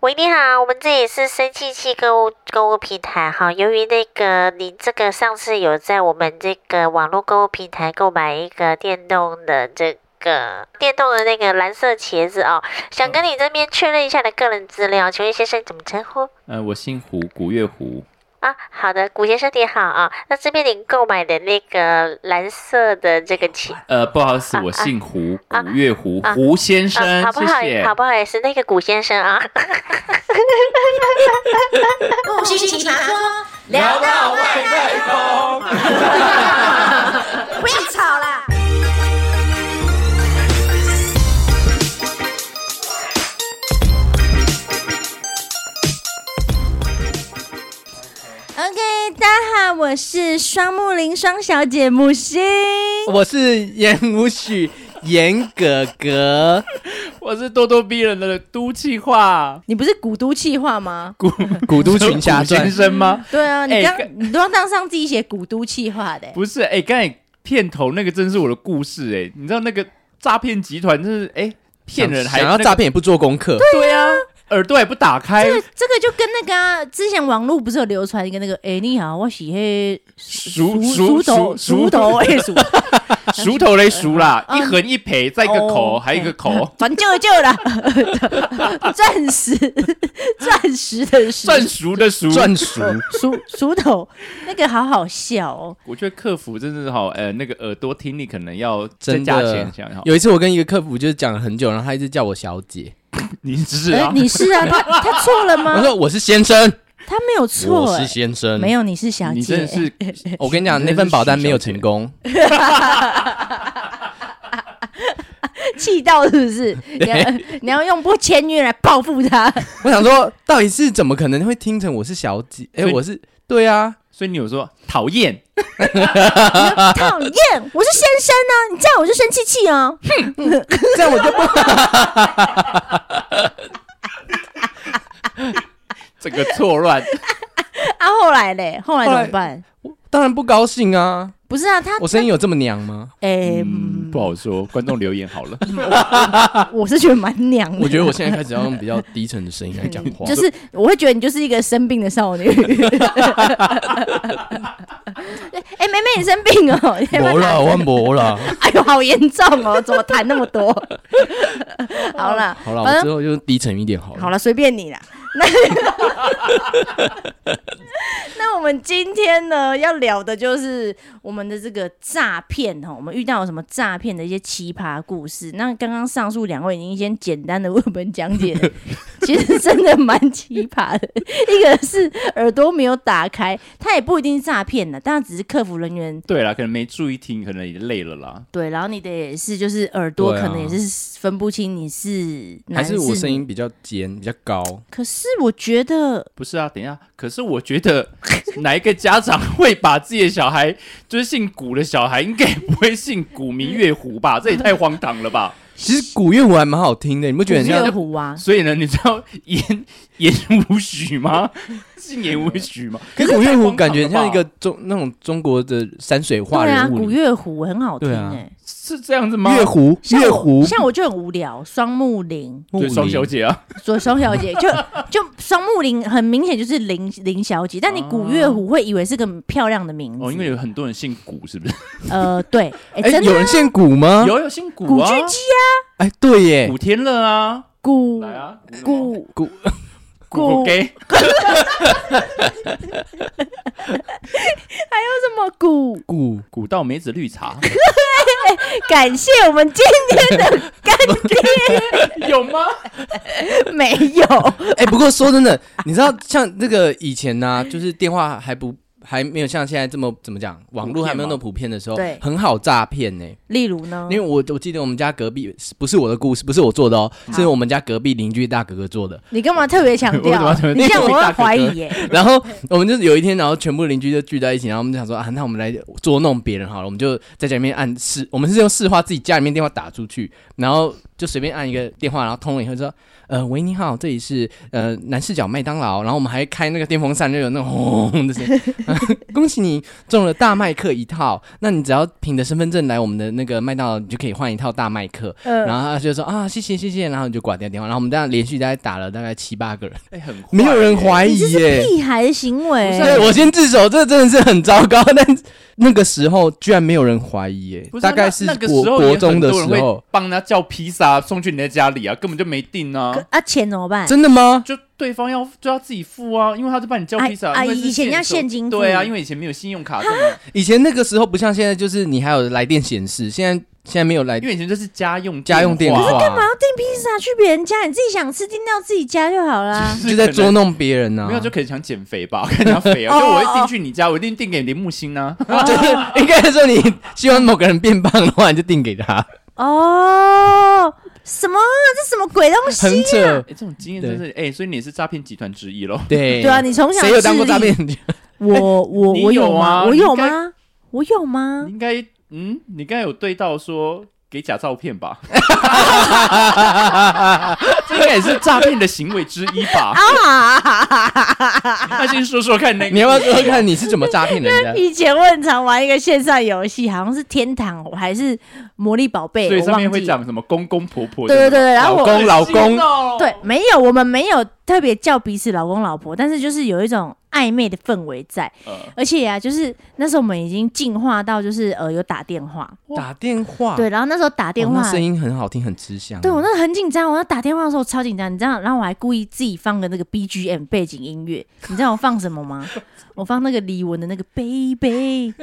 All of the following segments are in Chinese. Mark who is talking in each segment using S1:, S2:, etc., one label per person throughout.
S1: 喂，你好，我们这里是生气气购物购物平台哈。由于那个您这个上次有在我们这个网络购物平台购买一个电动的这个电动的那个蓝色茄子哦，想跟你这边确认一下你的个人资料，请问先生怎么称呼？
S2: 呃，我姓胡，古月胡。
S1: 啊，好的，古先生你好啊。那这边您购买的那个蓝色的这个茄
S2: 呃，不好意思，
S1: 啊
S2: 我姓胡，
S1: 啊
S2: 古月胡，
S1: 啊
S2: 胡先生，
S1: 啊，好不
S2: 谢
S1: 好？
S2: 谢
S1: 好。不好意思，那个古先生啊。
S3: 木星奇葩说，
S4: 聊到外太空。
S3: 不要吵啦！
S5: OK，大家好，我是双木林双小姐木星。
S4: 我是严无许，严哥哥，
S2: 我是咄咄逼人的都气话
S5: 你不是古都气话吗？
S2: 古
S4: 古都群侠
S2: 古先
S4: 传。
S2: 生吗？
S5: 对啊，你
S2: 哎
S5: 刚、
S2: 干
S5: 你都要当上自己写古都气话的、
S2: 不是，哎、刚才片头那个真是我的故事、哎，你知道那个诈骗集团真是，哎、骗人还
S4: 想要
S2: 那个
S4: 诈骗也不做功课，
S2: 对啊，耳朵也不打开，
S5: 这个就跟那个、啊、之前网络不是有流传一个那个，哎、你好，我喜黑
S2: 熟熟
S5: 熟头
S2: 熟
S5: 熟头，哎，熟
S2: 熟头嘞熟啦，
S5: 嗯
S4: 呃
S2: 一横一撇，再一个口，
S5: 哦
S2: 还有一个口，
S5: 转舅舅啦， 钻石 钻石的石
S2: 算熟的熟。
S4: 赚熟。
S5: 熟熟头，那个好好笑哦。
S2: 我觉得客服真的是好，呃，那个耳朵听力可能要再
S4: 真
S2: 加
S4: 的
S2: 钱，想要
S4: 有一次我跟一个客服就是讲了很久，然后他一直叫我小姐，
S2: 你是
S5: 哎、
S2: 啊，
S5: 你是啊，他他错了
S4: 我
S5: 吗？
S4: 说我是先生，
S5: 他没有错、
S4: 我
S5: 哎
S4: 是先生，
S5: 没。有，你是小
S2: 你真
S5: 姐
S2: 的。是，
S4: 我跟你讲，
S2: 你真
S4: 那
S2: 的是
S4: 份保单没有
S2: 徐小姐
S4: 成功，
S5: 气到是不是？你要你要用不签约来报复他？
S4: 我想说，到底是怎么可能会听成我是小 姐？哎，
S2: 所以
S4: 我是对啊，
S2: 所以你有说讨厌，
S5: 讨厌！我是先生啊，你这样我就生气气哦。
S4: 这样我就不
S2: 这个错乱，
S5: 啊，后来嘞，后来怎
S4: 后来
S5: 么办？
S4: 当然不高兴啊。
S5: 不是啊，他
S4: 我声音有这么娘吗？
S5: 哎，
S2: 嗯，不好说，观众留言好了，
S5: 我是觉得蛮娘的。
S4: 我觉得我现在开始要用比较低沉的声音来讲话，
S5: 就是我会觉得你就是一个生病的少女。 哎，妹妹，你生病哦？你要不要
S4: 没
S5: 拿
S4: 了，我没了。
S5: 哎呦，好严重哦！怎么痰那么多？ 好了，
S4: 好了，
S5: 反
S4: 我
S5: 正
S4: 之后就低沉一点好了。
S5: 好了，随便你啦。那 那我们今天呢要聊的就是我们的这个诈骗哦哈，我们遇到有什么诈骗的一些奇葩故事。那刚刚上述两位已经先简单的为我们讲解了，其实真的蛮奇葩的。一个是耳朵没有打开，他也不一定是诈骗的，但他只是客服人员。
S2: 对啦，可能没注意听，可能也累了啦。
S5: 对，然后你的也是，就是耳朵
S4: 对啊
S5: 可能也是分不清你是男
S4: 还是我声
S5: 女
S4: 音比较尖，比较高。
S5: 可是我觉得
S2: 不是啊，等一下，可是我觉得哪一个家长会把自己的小孩，就是姓古的小孩，应该不会姓古名月胡 吧？这也太荒唐了吧！
S4: 其实古乐舞还蛮好听的，你不觉得很
S5: 古月
S4: 像？
S5: 湖啊，
S2: 所以呢，你知道言言无许吗？ 姓言无许吗？
S4: 可是古乐舞感觉很
S2: 太荒唐
S4: 像一
S2: 了吧
S4: 个中那种中国的山水画
S5: 对啊，
S4: 人
S5: 古
S4: 物。
S5: 月湖很好听
S4: 对啊
S5: 哎、
S2: 是这样子吗？
S4: 月湖，
S5: 像
S4: 月
S5: 我
S4: 湖，
S5: 像我就很无聊，双木林，
S4: 木
S2: 对，
S4: 林
S2: 双小姐啊，
S5: 所双小姐就就双木林，很明显就是林林小姐，但你古月湖会以为是个漂亮的名字，
S2: 哦，因为有很多人姓古，是不是？
S5: 呃对，哎、
S4: 哎，
S5: 真
S4: 有
S5: 的
S4: 人姓古吗？
S2: 有有姓古
S5: 古
S2: 啊
S5: 巨，基
S4: 哎，对耶
S2: 古，天乐啊，
S5: 古
S2: 来啊，古什么
S5: 古
S4: 古
S2: 古
S5: 古还有
S2: gay，
S5: 什么古？
S4: 古
S2: 古道梅子绿茶
S5: 感谢我们今天的 干
S2: 有吗？
S5: 爹没有，
S4: 哎，不过说真的，你知道像那个以前呢，就是电话还不还没有像现在这么怎么讲，网络还没有那么普遍的时候
S5: 对，
S4: 很好诈骗呢。
S5: 例如呢
S4: 因？为我我记得我们家隔壁不是我的故事，不是我做的哦，是我们家隔壁邻居大哥哥做的。
S5: 你干嘛特别强
S2: 我怎么
S5: 调
S2: 特别？
S5: 你这样我会怀疑耶、
S4: 然后我们就是有一天，然后全部邻居就聚在一起，然后我们就想说啊，那我们来捉弄别人好了，我们就在家里面按市，我们是用市话自己家里面电话打出去，然后就随便按一个电话，然后通了以后就说，呃，喂，你好，这里是呃南视角麦当劳，然后我们还开那个电风扇，就有那种轰轰的声音，恭喜你中了大麦克一套，那你只要凭着身份证来我们的那个麦当劳，你就可以换一套大麦克。
S5: 嗯
S4: 然后他就说啊，谢谢谢谢，然后你就挂掉电话。然后我们这样连续大概打了大概七八个人，
S2: 哎、很坏
S4: 没有人怀疑
S5: 你这
S4: 耶、
S5: 是屁孩的行
S2: 哎
S5: 为。
S4: 对，我先自首，这真的是很糟糕。 但那个时候居然没有人怀疑、耶，
S2: 不是啊
S4: 大概
S2: 那
S4: 是
S2: 那个
S4: 国
S2: 时候也
S4: 国中的
S2: 很多人
S4: 时候
S2: 会。帮他叫披萨送去你的家里啊，根本就没订啊，
S5: 可啊，钱怎么办？
S4: 真的吗？
S2: 就对方要就要自己付啊，因为他就帮你叫
S5: 啊
S2: 披萨，
S4: 哎
S5: 啊
S2: 因为是
S5: 以前要
S2: 手
S5: 现金付
S2: 对啊，因为以前没有信用卡这种，
S4: 以前那个时候不像现在，就是你还有来电显示，现在现在没有来
S2: 因为以前就是家用
S4: 家用电
S2: 话，
S4: 话，啊
S5: 干嘛要订披萨去别人家？你自己想吃订到自己家就好啦。
S2: 是
S4: 就在哦
S2: 可能
S4: 捉弄别人啊呢、
S2: 没 有就可能想减肥吧， 看人家肥啊，就我会订去你家，我一定订给林木星啊，
S4: 就是应该说你希望某个人变胖的话，你就定给他，
S5: 哦，什么啊？这什么鬼东西？
S4: 很扯
S2: 哎，。这种经验真是哎，所以你也是诈骗集团之一喽。
S4: 对
S5: 对啊，你从小
S4: 谁有当过
S5: 智
S4: 诈
S5: 力
S4: 骗？
S5: 我我
S2: 你
S5: 我
S2: 有
S5: 吗？
S2: 啊
S5: 我
S2: 你
S5: 有
S2: 应该
S5: 吗？我有吗
S2: 你？应该嗯，你刚才有对到说给假照片吧， 这应该也是诈骗的行为之一吧？那先说说看那个，
S4: 你要不要说说看你是怎么诈 骗人 的？
S5: 以前我很常玩一个线上游戏，好像是天堂还是魔力宝贝，
S2: 所以
S5: 我
S2: 上
S5: 忘
S2: 面会
S5: 记了。
S2: 讲什么公公婆婆，
S5: 对对对
S2: 吗
S5: 对然后
S2: 老
S5: 我
S2: 公老
S4: 心
S2: 公，
S5: 对，没有，我们没有特别叫彼此老公老婆，但是就是有一种暧昧的氛围在，
S2: 呃
S5: 而且啊，就是那时候我们已经进化到就是呃有打电话，
S4: 打电话，
S5: 对，
S4: 哦，
S5: 然后那时候打电话
S4: 那声音很好听，很吃香。哦
S5: 对我那很紧张，我那打电话的时候超紧张，你知道，然后我还故意自己放个那个 BGM 背景音 乐，你知道我放什么吗？我放那个李玟的那个 Baby，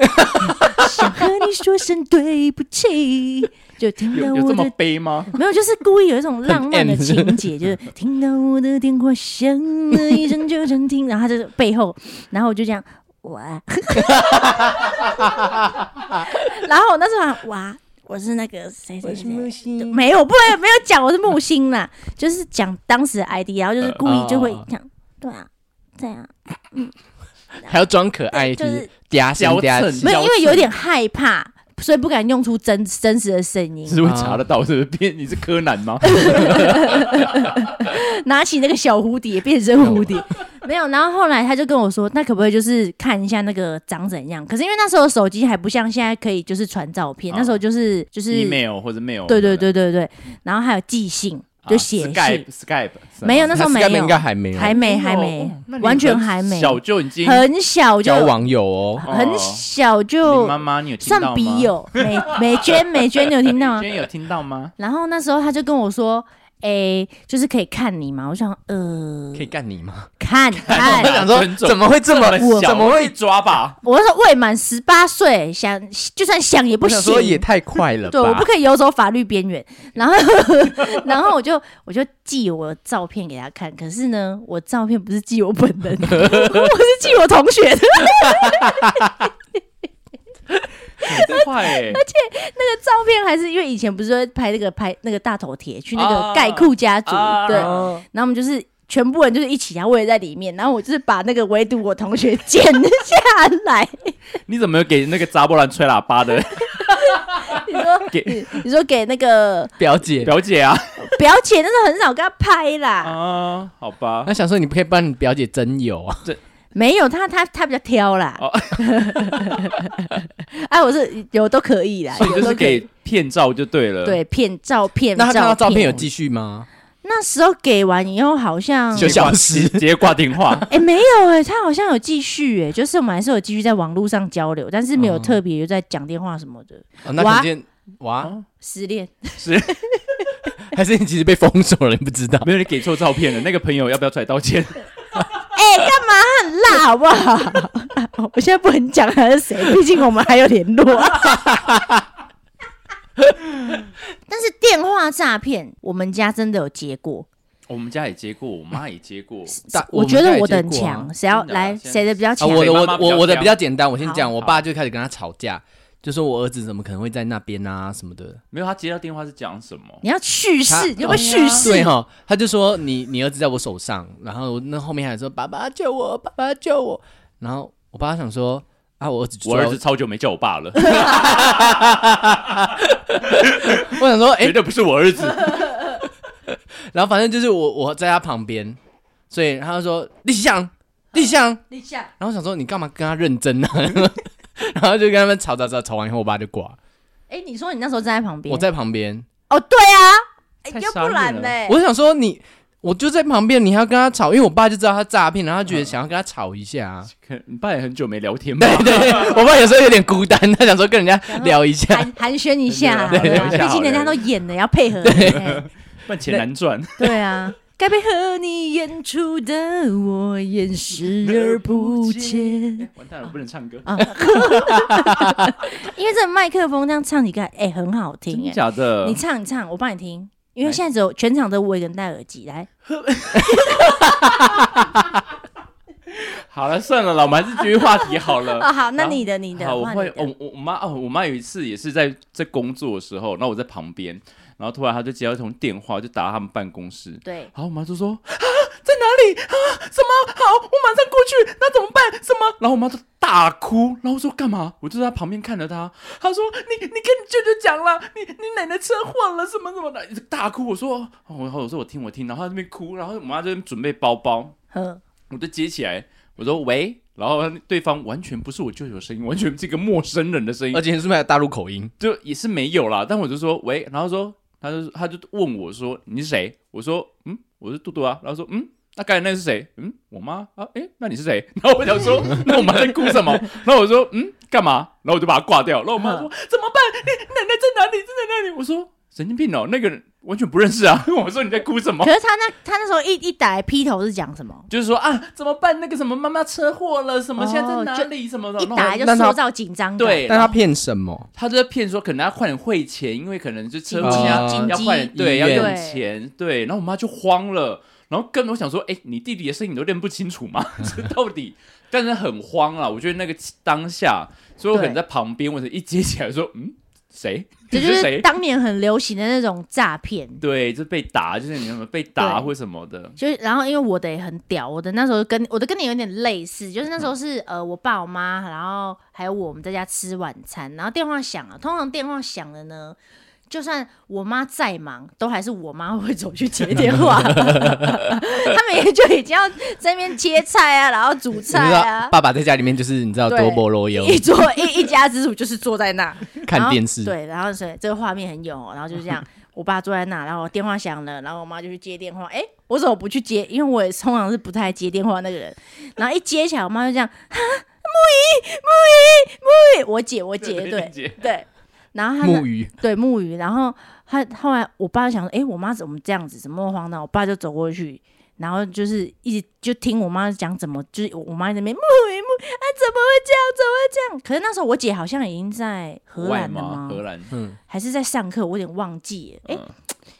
S5: 想和你说声对不起，就听到
S2: 有有
S5: 我
S2: 这么
S5: 的。
S2: 悲吗？
S5: 没有，就是故意有一种浪漫的
S4: 很 M
S5: 情节，就是听到我的电话响了一声就能听，然后他就是背后，然后我就这样 哇，然后我那时候还哇，我是那个谁谁谁，
S4: 心
S5: 没有，不然没有讲我是木星啦，就是讲当时的 ID，然后就是故意就会讲，对啊，对啊，
S4: 还要装可爱，
S5: 就
S4: 就是是嗲心
S2: 矫
S4: 嗲
S2: 正
S4: 气
S5: 没有，
S2: 矫
S5: 因为有点害怕，所以不敢用出真真实的声音，
S2: 是会查得到，是不 是？变你是柯南吗？
S5: 啊拿起那个小蝴蝶变身蝴蝶，没有。然后后来他就跟我说，那可不可以就是看一下那个长怎样？可是因为那时候手机还不像现在可以就是传照片，
S2: 啊
S5: 那时候就是就是
S2: email 或者 mail，
S5: 对对对对对，然后还有寄信，就写信，
S2: 啊 Skype 哦 Skype
S5: 没有那时候没有
S4: 他 Skype 应该还没有
S5: 还
S2: 哎
S5: 没还没，完全还没，
S2: 小就已经
S5: 很小就
S4: 交网友哦，
S5: 很小就
S2: 哦你妈妈，你有听到吗？
S5: 算笔友，美美娟，美娟，你有听到 吗
S2: 娟？有听到吗？
S5: 然后那时候他就跟我说。诶，就是可以看你嘛？我想，呃，
S4: 可以干你吗？
S5: 看
S4: 我想
S5: 看，
S4: 说
S2: 尊重
S4: 怎么会这么
S2: 小
S4: 怎么会？
S2: 抓 吧？
S5: 我那时候未满十八岁，想就算想也不
S4: 我想
S5: 行，
S4: 说也太快了
S5: 对，我
S4: 吧
S5: 不？可以游走法律边缘。然后， 然后我就我就寄我的照片给他看，可是呢，我照片不是寄我本人的， 我是寄我同学的。
S2: 很快欸
S5: 照片还是因为以前不是会拍那个拍那个大头贴去那个
S2: 啊
S5: 盖库家族，
S2: 啊
S5: 对，然
S4: 哦
S5: 后我们就是全部人就是一起，然后我也在里面，然后我就是把那个唯独我同学剪下来。
S2: 你怎么有给那个扎波兰吹喇叭的
S5: 你说
S2: 给
S5: 你说给那个
S4: 表姐，
S2: 表姐啊？
S5: 表姐，那时候很少跟他拍啦，
S2: 啊，好吧
S4: 那，想说你不可以帮你表姐增友啊？
S5: 没有他他他比较挑啦
S2: 哦。
S5: 哎，我是有都可以啦，
S2: 所以
S5: 有
S2: 就
S5: 都
S2: 是
S5: 可以
S2: 给骗照就对了。
S5: 对骗照片，
S4: 那他看到照
S5: 片
S4: 片有继续吗？
S5: 那时候给完以后好像
S4: 就
S2: 直接挂，
S4: 消失
S2: 直接挂电话。
S5: 哎、没有哎、他好像有继续哎、就是我们还是有继续在网络上交流，但是没有
S4: 哦
S5: 特别就在讲电话什么的。
S4: 哦那
S5: 哇
S4: 肯定哇，
S5: 失恋，
S4: 还是你其实被封锁了，你不知道？
S2: 没有，你给错照片了。那个朋友要不要出来道歉？
S5: 哎、干嘛他很辣好不好？我现在不能讲他是谁，毕竟我们还有联络。 但是电话诈骗，我们家真的有接过。
S2: 我们家也接过，我妈也接过。
S4: 大
S5: 我
S4: 们
S5: 觉
S4: 家
S5: 得
S4: 也
S5: 我的
S4: 见
S5: 很
S4: 过
S5: 强，
S4: 啊
S5: 谁要
S2: 真的啊
S5: 来
S2: 现在
S5: 谁的比较
S4: 啊，
S5: 强？
S4: 我的
S2: 妈妈
S4: 我的
S2: 比较
S4: 我我的
S2: 强
S4: 比较简单，我先讲，
S5: 好
S4: 我爸就开始跟他吵架，就说我儿子怎么可能会在那边啊什么的。
S2: 没有，他接到电话是讲什么？
S5: 你要叙
S4: 他
S2: 啊
S4: 哦
S5: 事，你要不
S2: 嗯
S5: 要叙事？
S4: 对哈，他就说你你儿子在我手上，然后那后面还说爸爸救我，爸爸救我。然后我爸想说啊，我儿子就
S2: 我
S4: 坐在
S2: 儿子，超久没叫我爸了，
S4: 我想说哎
S2: 绝，对不是我儿子。
S4: 然后反正就是我我在他旁边，所以他就说你想立项。
S5: 立夏，
S4: 然后想说你干嘛跟他认真呢、 然后就跟他们吵吵吵，吵完以后我爸就挂了，
S5: 哎，你说你那时候站在旁边，
S4: 我在旁边，
S5: 哦，对啊，
S2: 太
S5: 哎要
S2: 傻
S5: 不然
S2: 眼
S5: 呢
S2: 了？
S4: 我想说你，我就在旁边，你还要跟他吵，因为我爸就知道他诈骗，然后
S2: 嗯
S4: 他觉得想要跟他吵一下、啊。
S2: 可你爸也很久没聊天吧
S4: 对？对，我爸有时候有点孤单，他想说跟人家聊一下。
S5: 寒寒暄一下，
S2: 对
S5: 好啦
S2: 聊一下
S5: 毕
S2: 好
S5: 竟
S2: 了
S5: 人家都演了，要配合。 哎
S2: 半钱难赚，
S5: 对啊，该配合你演出的 我，演视而不见。
S2: 完蛋了，我不能唱歌，
S5: 因为这麦克风这样唱起来，哎、很好
S2: 真
S5: 听哎、
S2: 假的
S5: 你？唱，你唱，我帮你听。因为
S2: 来
S5: 现在只有全场都我一个人戴耳机，来，
S2: 好了，算了啦，我们还是继续话题好了。
S5: 哦，好，那
S2: 好
S5: 你的，你的，
S2: 好，我
S5: 换
S2: 会
S5: 你，的
S2: 哦，我我妈哦，我妈有一次也是在在工作的时候，然后我在旁边，然后突然她就接到一通电话，就打到他们办公室，
S5: 对，
S2: 然后我妈就说啊，在哪里啊？什么？好，我马上过去，那怎么办？什么？然后我妈就大哭，然后我说干嘛？我就在她旁边看着她，她说你你跟你舅舅讲了，你你奶奶车祸了，什么什么的，一直大哭。我说哦我我说我听我听，然后她在那边哭，然后我妈在那边准备包包，
S5: 呵，
S2: 我就接起来，我说喂，然后对方完全不是我舅舅的声音，完全是一个陌生人的声音
S4: 而，且是不是还有大陆口音？
S2: 就也是没有啦。但我就说喂，然后说他就他就问我说你是谁？我说嗯，我是杜杜啊。然后说嗯，那刚才那是谁？嗯，我妈啊，诶，那你是谁？ 然后我想说，那我妈在哭什么？然后我说嗯，干嘛？然后我就把它挂掉。然后我妈说怎么办？你奶奶在哪里？在哪里？我说神经病哦，那个人完全不认识啊。 我说你在哭什么
S5: 可？是他那他那时候一一打来劈头是讲什么？
S2: 就是说啊，怎么办？那个什么妈妈车祸了，什么
S5: 哦
S2: 现在在哪里？什么的，
S5: 一
S2: 然后
S5: 打来就
S4: 那他
S5: 塑造紧张感，
S2: 哦对，
S4: 但
S2: 然
S4: 他
S2: 后
S4: 骗什么？
S2: 他就在骗说，可能要换人汇钱，因为可能就车祸
S4: 紧急
S2: 要
S4: 紧
S2: 呃要
S5: 嗯急
S2: 换人对
S4: 医
S2: 要
S4: 院
S2: 用钱，对，然后我妈就慌了，然后跟我想说，哎，你弟弟的声音你都认不清楚 吗？这到底？但是很慌啊，我觉得那个当下，所以我可能在
S5: 对
S2: 旁边，我一接起来说，嗯，谁？
S5: 这
S2: 你
S5: 就是是
S2: 谁？
S5: 当年很流行的那种诈骗。
S2: 对，就被打，就是你什么被打
S5: 对
S2: 或什么的，
S5: 就是，然后因为我的也很屌，我的那时候跟我的跟你有点类似，就是那时候是呃，我爸我妈，然后还有我们在家吃晚餐，然后电话响了，通常电话响了呢，就算我妈再忙，都还是我妈会走去接 电话，他们也就已经要在那边切菜啊，然后煮
S4: 你知
S5: 菜
S4: 道
S5: 啊，
S4: 爸爸在家里面就是你知道
S5: 对
S4: 多不罗油，
S5: 一桌一一家之主就是坐在那，然
S4: 看
S5: 后
S4: 电视，
S5: 对，然后所以这个画面很有哦，然后就是这 样，我爸坐在那，然后电话响了，然后我妈就去接电话，哎，我怎么不去接？因为我也通常是不太接电话那个人，然后一接起来，我妈就这样，哈，木鱼，木鱼，木鱼，我姐，我姐， 对
S2: 姐，
S5: 对，然后他
S4: 木鱼
S5: 对木鱼，然后他后来我爸就想说，哎、我妈怎么这样子，怎么那么荒唐？我爸就走过去，然后就是一直就听我妈讲怎么，就是我妈在那边木鱼木鱼，啊，怎么会这样，怎么会这样？可是那时候我姐好像已经在荷
S2: 外
S5: 兰了
S2: 吗？
S5: 吗？
S2: 荷兰，
S5: 还是在上课，我有点忘记了，哎、
S2: 嗯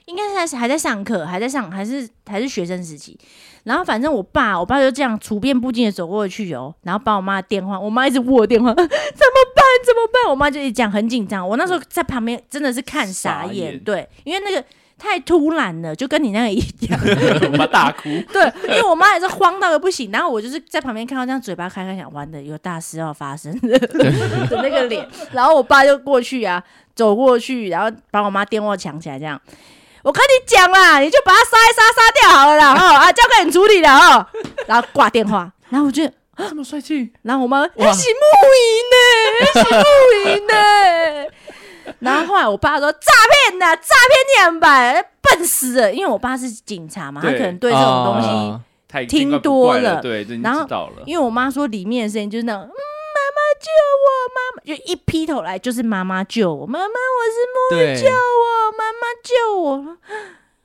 S5: 应该是还是还在上课，还在上，还是还是学生时期。然后反正我爸，我爸就这样处变不惊的走过去哦，然后把我妈的电话，我妈一直握我电话，怎 么办？怎么办？我妈就一直讲很紧张。我那时候在旁边真的是看傻
S2: 嗯傻
S5: 眼，
S2: 眼
S5: 对，因为那个太突然了，就跟你那个一样，
S2: 我妈大哭，
S5: 对，因为我妈也是慌到的不行，然后我就是在旁边看到这样嘴巴开开，想完的有大事要发生的的那个脸，然后我爸就过去啊，走过去，然后把我妈电话抢起来，这样。我跟你讲啦，你就把它杀一杀杀掉好了啦，哦啊，交给你处理了哦，然后挂电话，然后我就，
S2: 这么帅气，
S5: 然后我妈，哎，是木鱼呢，是木鱼呢，然后后来我爸说诈骗呐，诈骗两百，笨死了，因为我爸是警察嘛，他
S2: 对
S5: 可能对这种东西。
S4: 啊
S2: 太
S5: 听
S2: 见怪不
S5: 多
S2: 怪了，
S5: 了
S2: 对，这已经
S5: 然后
S2: 知道了，
S5: 因为我妈说里面的声音就是那种，嗯，妈妈救我，妈妈就一劈头来就是妈妈救我，妈妈我
S4: 对
S5: 是木救我，妈妈救我。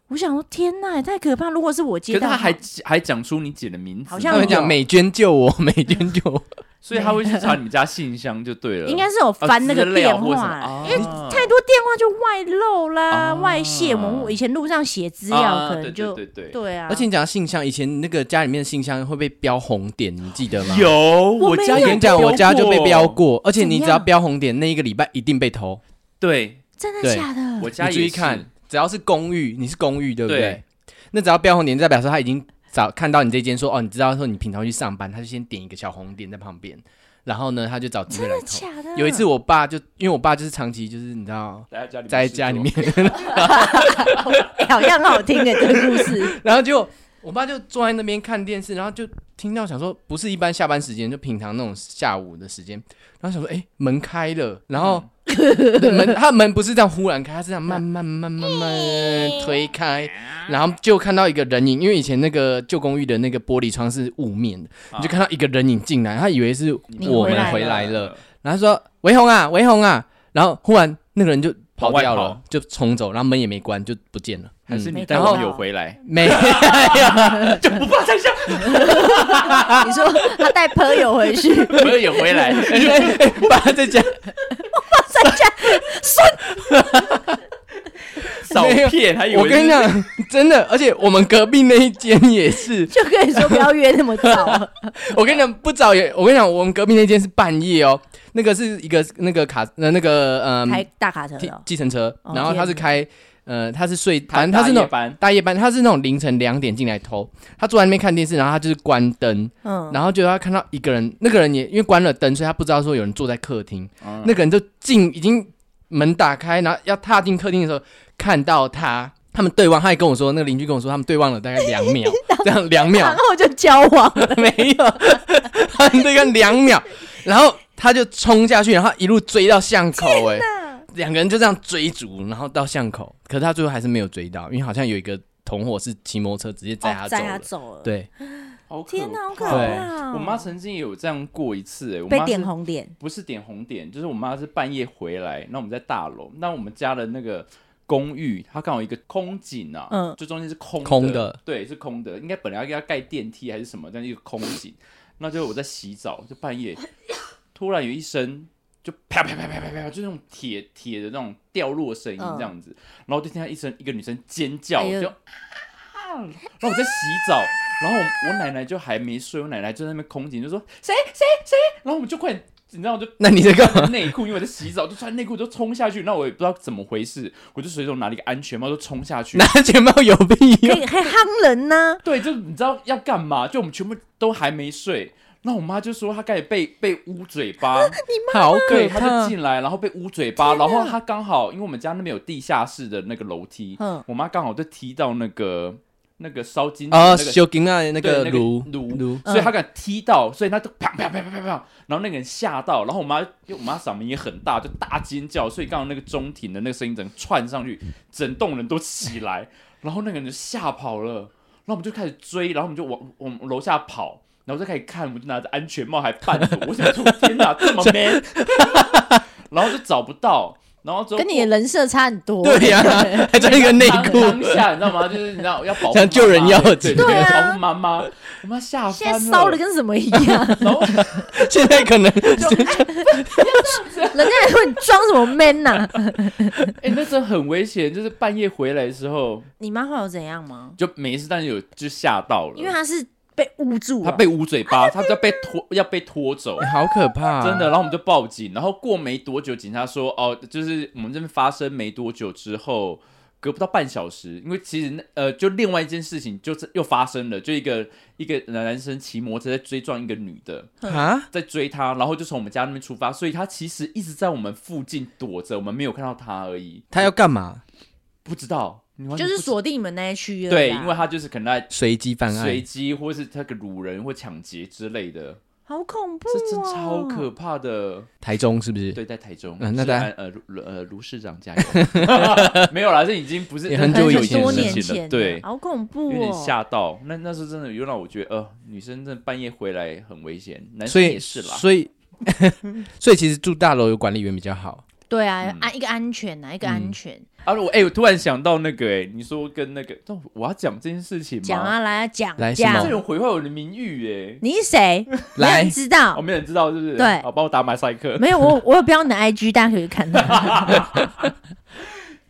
S5: 我想说天哪，也太可怕！如果是我
S2: 可
S5: 接
S2: 是
S5: 到的
S2: 他
S5: 话，
S2: 还还讲出你姐的名字，
S5: 好
S4: 他
S5: 像
S4: 们讲美娟救我， 美娟救我，
S2: 所以他会去查你们家信箱就对了，
S5: 应该是有
S2: 啊
S5: 翻那个
S2: 资
S5: 电
S2: 料或什
S5: 话啦，
S2: 么，哦
S5: 因为太多电话就外漏啦、
S2: 啊
S5: 外泄。我们以前路上写资
S2: 资
S5: 料可能就、
S2: 啊哦对对对
S5: 对啊，
S4: 而且你讲到信箱，以前那个家里面的信箱会被标红点，你记得吗？
S2: 对，有
S5: 我
S2: 我
S5: 没
S2: 家也
S5: 有
S4: 我跟你讲，我家就被标
S2: 标，
S4: 过，而且你只
S5: 怎
S4: 要
S5: 样
S4: 标红点，那一个礼拜一定被偷。
S2: 对
S5: 真的
S4: 对
S5: 假的？
S2: 我家
S4: 你
S2: 也
S4: 注意
S2: 是
S4: 看，，只要是公寓，你是公寓对不对？
S2: 对
S4: 那只要标红点，代表说他已经早看到你这间，说哦，你知道说你平常去上班，他就先点一个小红点在旁边，然后呢，他就找机会来
S5: 真的
S4: 偷。
S5: 假的？
S4: 有一次我爸就因为我爸就是长期就是你知道。
S2: 在家里
S4: 在家里面，
S5: 哎好像很好听的这个故事，
S4: 然后就我爸就坐在那边看电视，然后就听到想说，不是一般下班时间，就平常那种下午的时间，然后想说，哎、门开了，
S2: 嗯
S4: 然后、 对门他门不是这样忽然开，他是这样慢慢慢慢慢
S2: 嗯
S4: 慢推开，然后就看到一个人影，因为以前那个旧公寓的那个玻璃窗是雾面的，
S2: 啊
S4: 你就看到一个人影进来，他以为是
S5: 你
S4: 我
S5: 回
S4: 们
S5: 来
S4: 回来
S2: 了
S4: 了，然后他说维红啊，维红啊，然后忽然那个人就跑
S2: 往外
S4: 掉了
S2: 跑，
S4: 就冲走，然后门也没关，就不见了，
S2: 还是你
S4: 嗯
S5: 没啊
S2: 带
S5: 看
S2: 网
S5: 到
S2: 友回来？
S4: 没
S5: 你说他带朋友回去，
S2: 网友回来，
S4: 哎 爸 在家。
S2: 少骗，还以为
S4: 我跟你
S2: 是
S4: 讲，真的，而且我们隔壁那一间也是，
S5: 就跟你说不要约那么早。
S4: 我跟你讲不早也，我跟你讲，我们隔壁那间是半夜哦，那个是一个那个卡呃那个
S5: 开
S4: 嗯
S5: 大卡车
S4: 计
S5: 哦，
S4: 计程车，
S5: 哦
S4: 然后他是开呃他是睡，反正他
S2: 大
S4: 是
S2: 夜
S4: 那种
S2: 班，
S4: 大夜班，他是那种凌晨两点进来偷，他坐在那边看电视，然后他就是关灯，
S5: 嗯，
S4: 然后就他看到一个人，那个人也因为关了灯，所以他不知道说有人坐在客厅，
S2: 嗯
S4: 那个人就进已经门打开，然后要踏进客厅的时候，看到他，他们对望，他也跟我说，那个邻居跟我说，他们对望了大概两 秒，这样两秒
S5: 然后就交往，
S4: 没有，他们对看两秒，然后他就冲下去，然后一路追到巷口、哎，两个人就这样追逐，然后到巷口，可是他最后还是没有追到，因为好像有一个同伙是骑摩托车直接 载
S5: 哦
S4: 他走
S5: 载
S4: 了，
S5: 他走了。，
S4: 对，
S2: 好可
S5: 天哪，好可
S2: 怕
S5: 怕
S4: 对
S5: 哦！
S2: 我妈曾经也有这样过一次、哎，我
S5: 被
S2: 妈
S5: 点
S2: 是
S5: 红脸，
S2: 不是点红点，就是我妈是半夜回来，那我们在大楼，那我们家的那个公寓，它刚好有一个空景啊，
S5: 嗯
S2: 就中间是空
S4: 空的
S2: 对，是空的，应该本来要盖电梯还是什么，但是一个空景，那就我在洗澡，就半 夜突然有一声。就啪啪啪啪啪啪，就那种铁铁的那种掉落声音
S5: 嗯
S2: 这样子，然后就听到一声一个女生尖叫，
S5: 哎呦
S2: 就啊然后我在洗澡，然后我我奶奶就还没睡，我奶奶就在那边空警就说谁谁谁，然后我们就快点，你知道我就
S4: 那你在干 嘛？
S2: 内裤，因为我在洗澡，就穿内裤就冲下去，那我也不知道怎么回事，我就随手拿了一个安全帽就冲下去
S4: 拿。钱包有屁
S5: 可
S4: 用？
S5: 以可以夯人呢。
S2: 对，就你知道要干嘛？就我们全部都还没睡，那我妈就说她开始被被捂嘴 巴，
S4: 好可
S2: 对，她
S4: 怕
S2: 就！进来，然后被捂嘴巴，然后她刚好因为我们家那边有地下室的那个楼梯，
S5: 嗯
S2: 我妈刚好就踢到那个那个烧金纸
S4: 哦，
S2: 那个
S4: 修金啊，那
S2: 对
S4: 个
S2: 那个
S4: 炉
S2: 炉
S4: 炉，
S2: 所
S5: 嗯
S2: 以他敢踢到，所以他就啪啪啪啪啪啪，然后那个人吓到，然后我妈，因为我妈嗓门也很大，就大尖叫，所以刚刚那个中庭的那个声音整个串上去，整栋人都起来，然后那个人就吓跑了，然后我们就开始追，然后我们就往我们楼下跑，然后就开始看，我们就拿着安全帽还半裸，我想说 天哪，这么 man，然后就找不到，然后之后
S5: 跟你的人设差很多。
S4: 对呀、 还穿一个内
S2: 当
S4: 裤，
S2: 当下你知道吗？就是你知道要保护
S4: 像救人
S2: 妈妈
S4: 要
S2: 对，
S4: 紧
S2: 对
S5: 对啊
S2: 保护妈妈，我妈吓
S5: 现在
S2: 翻
S5: 烧的跟什么一 样，
S2: 然后。
S4: 现在可能
S5: 人家还说你装什么 man 呐、
S2: 哎、那真的很危险，就是半夜回来的时候
S5: 你妈后来有怎样吗？
S2: 就没事，但是有就吓到
S4: 呃
S2: 了，
S5: 因为她是被捂住
S2: 他
S5: 了，
S2: 被捂嘴巴，他要被拖 要被拖走。
S4: 好可怕、啊
S2: 真的，。然后我们就报警，然后过没多久，警察说哦，就是我们这边发生没多久之后，隔不到半小时，因为其实那呃，就另外一件事情就是又发生了，就一个一个男生骑摩托车在追撞一个女的，
S4: 啊！
S2: 在追她，然后就从我们家那边出发，所以他其实一直在我们附近躲着，我们没有看到他而已，
S4: 他要干嘛？
S2: 不知道，你完
S5: 就
S2: 全
S5: 是
S2: 不知
S5: 锁啊定你们那一区了啦。
S2: 对，因为他就是可能在
S4: 随机犯
S2: 随
S4: 案，
S2: 机或是他个掳人或抢劫之类的，
S5: 好恐怖、哦，
S2: 这真超可怕的。
S4: 台中是不是？
S2: 对，在台中，
S4: 嗯那
S2: 是
S4: 大家
S2: 按呃卢呃卢市长 加油，没有啦，这已经不是
S4: 也很
S5: 很
S4: 久以
S5: 很
S4: 前
S5: 多
S4: 的事
S5: 年
S2: 情了
S5: 前了，
S2: 对
S5: 好恐怖
S2: 有点
S5: 哦。
S2: 吓到。那那时候真的又让我觉得，呃，女生真的半夜回来很危险，男
S4: 所
S2: 生
S4: 以
S2: 也是啦。
S4: 所以 所以其实住大楼有管理员比较好。
S5: 对
S4: 嗯
S5: 啊，安、一个安全呐、一个安全，
S2: 啊，我哎、我突然想到那个、哎，你说跟那个，但我要讲这件事情吗？
S5: 讲啊，来啊，讲
S4: 嗯来什
S5: 讲
S2: 这
S4: 么，
S2: 人毁坏我的名誉、哎、
S5: 你是谁？没有
S4: 来
S5: 人知道
S2: 我、，没人知道是不是？
S5: 对
S2: 好，帮我打马赛克。
S5: 没有我，我有标你的 IG，大家可以看到。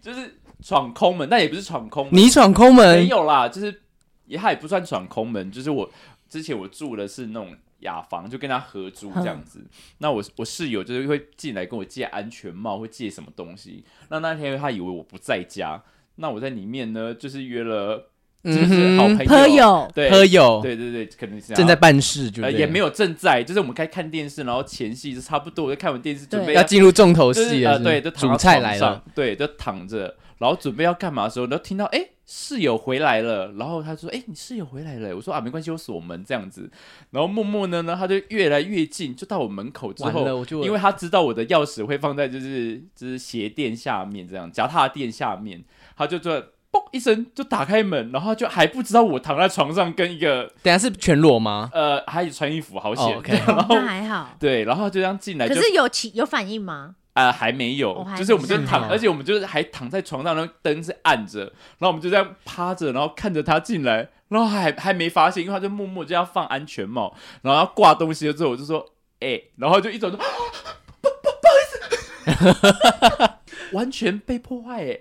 S2: 就是闯空门，但也不是闯空门，
S4: 你闯空
S2: 没
S4: 门，
S2: 有啦，就是也他也不算闯空门，就是我之前我住的是那种雅房，就跟他合租这样子。那我我室友就是会进来跟我借安全帽，会借什么东西。那那天他以为我不在家，那我在里面呢，就是约了
S4: 嗯
S2: 就是好朋友，
S5: 朋友，
S2: 对
S4: 喝友
S2: 对对对，可能是
S4: 正在。办事，就
S2: 呃，
S4: 对了
S2: 也没有正在，就是我们该看电视，然后前戏就差不多，我在看完电视准备
S5: 对
S4: 要进入重头
S2: 啊就是
S4: 戏
S2: 呃，
S4: 了。
S2: 对，
S4: 是
S2: 就
S4: 不
S2: 躺
S4: 是主
S2: 到
S4: 菜
S2: 床
S4: 来
S2: 上
S4: 了，，
S2: 对，就躺着，然后准备要干嘛的时候，然后听到哎室友回来了，然后他说：“哎、你室友回来了。”我说：“啊，没关系，我锁门这样子。”然后默默呢呢，他就越来越近，就到我门口之
S4: 完
S2: 后，
S4: 了我就
S2: 因为他知道我的钥匙会放在就是就是鞋垫下面这样，夹踏垫下面，他就这嘣一声就打开门，然后他就还不知道我躺在床上跟一个
S4: 等一下是全裸吗？
S2: 呃还有穿衣服，好险。
S4: 哦，OK
S2: 然后
S5: 那还好。
S2: 对，然后就这样进来
S5: 可
S2: 就是
S5: 有起有反应吗？
S2: 啊，还没有，
S5: 哦还
S2: 就是我们就
S4: 没有
S2: 躺，而且我们就是还躺在床上，然后灯是暗着，然后我们就这样趴着，然后看着他进来，然后还还没发现，因为他就默默就要放安全帽，然后要挂东西了之后，我就说，哎、然后就一转说，不不不好 意思，完全被破坏，哎，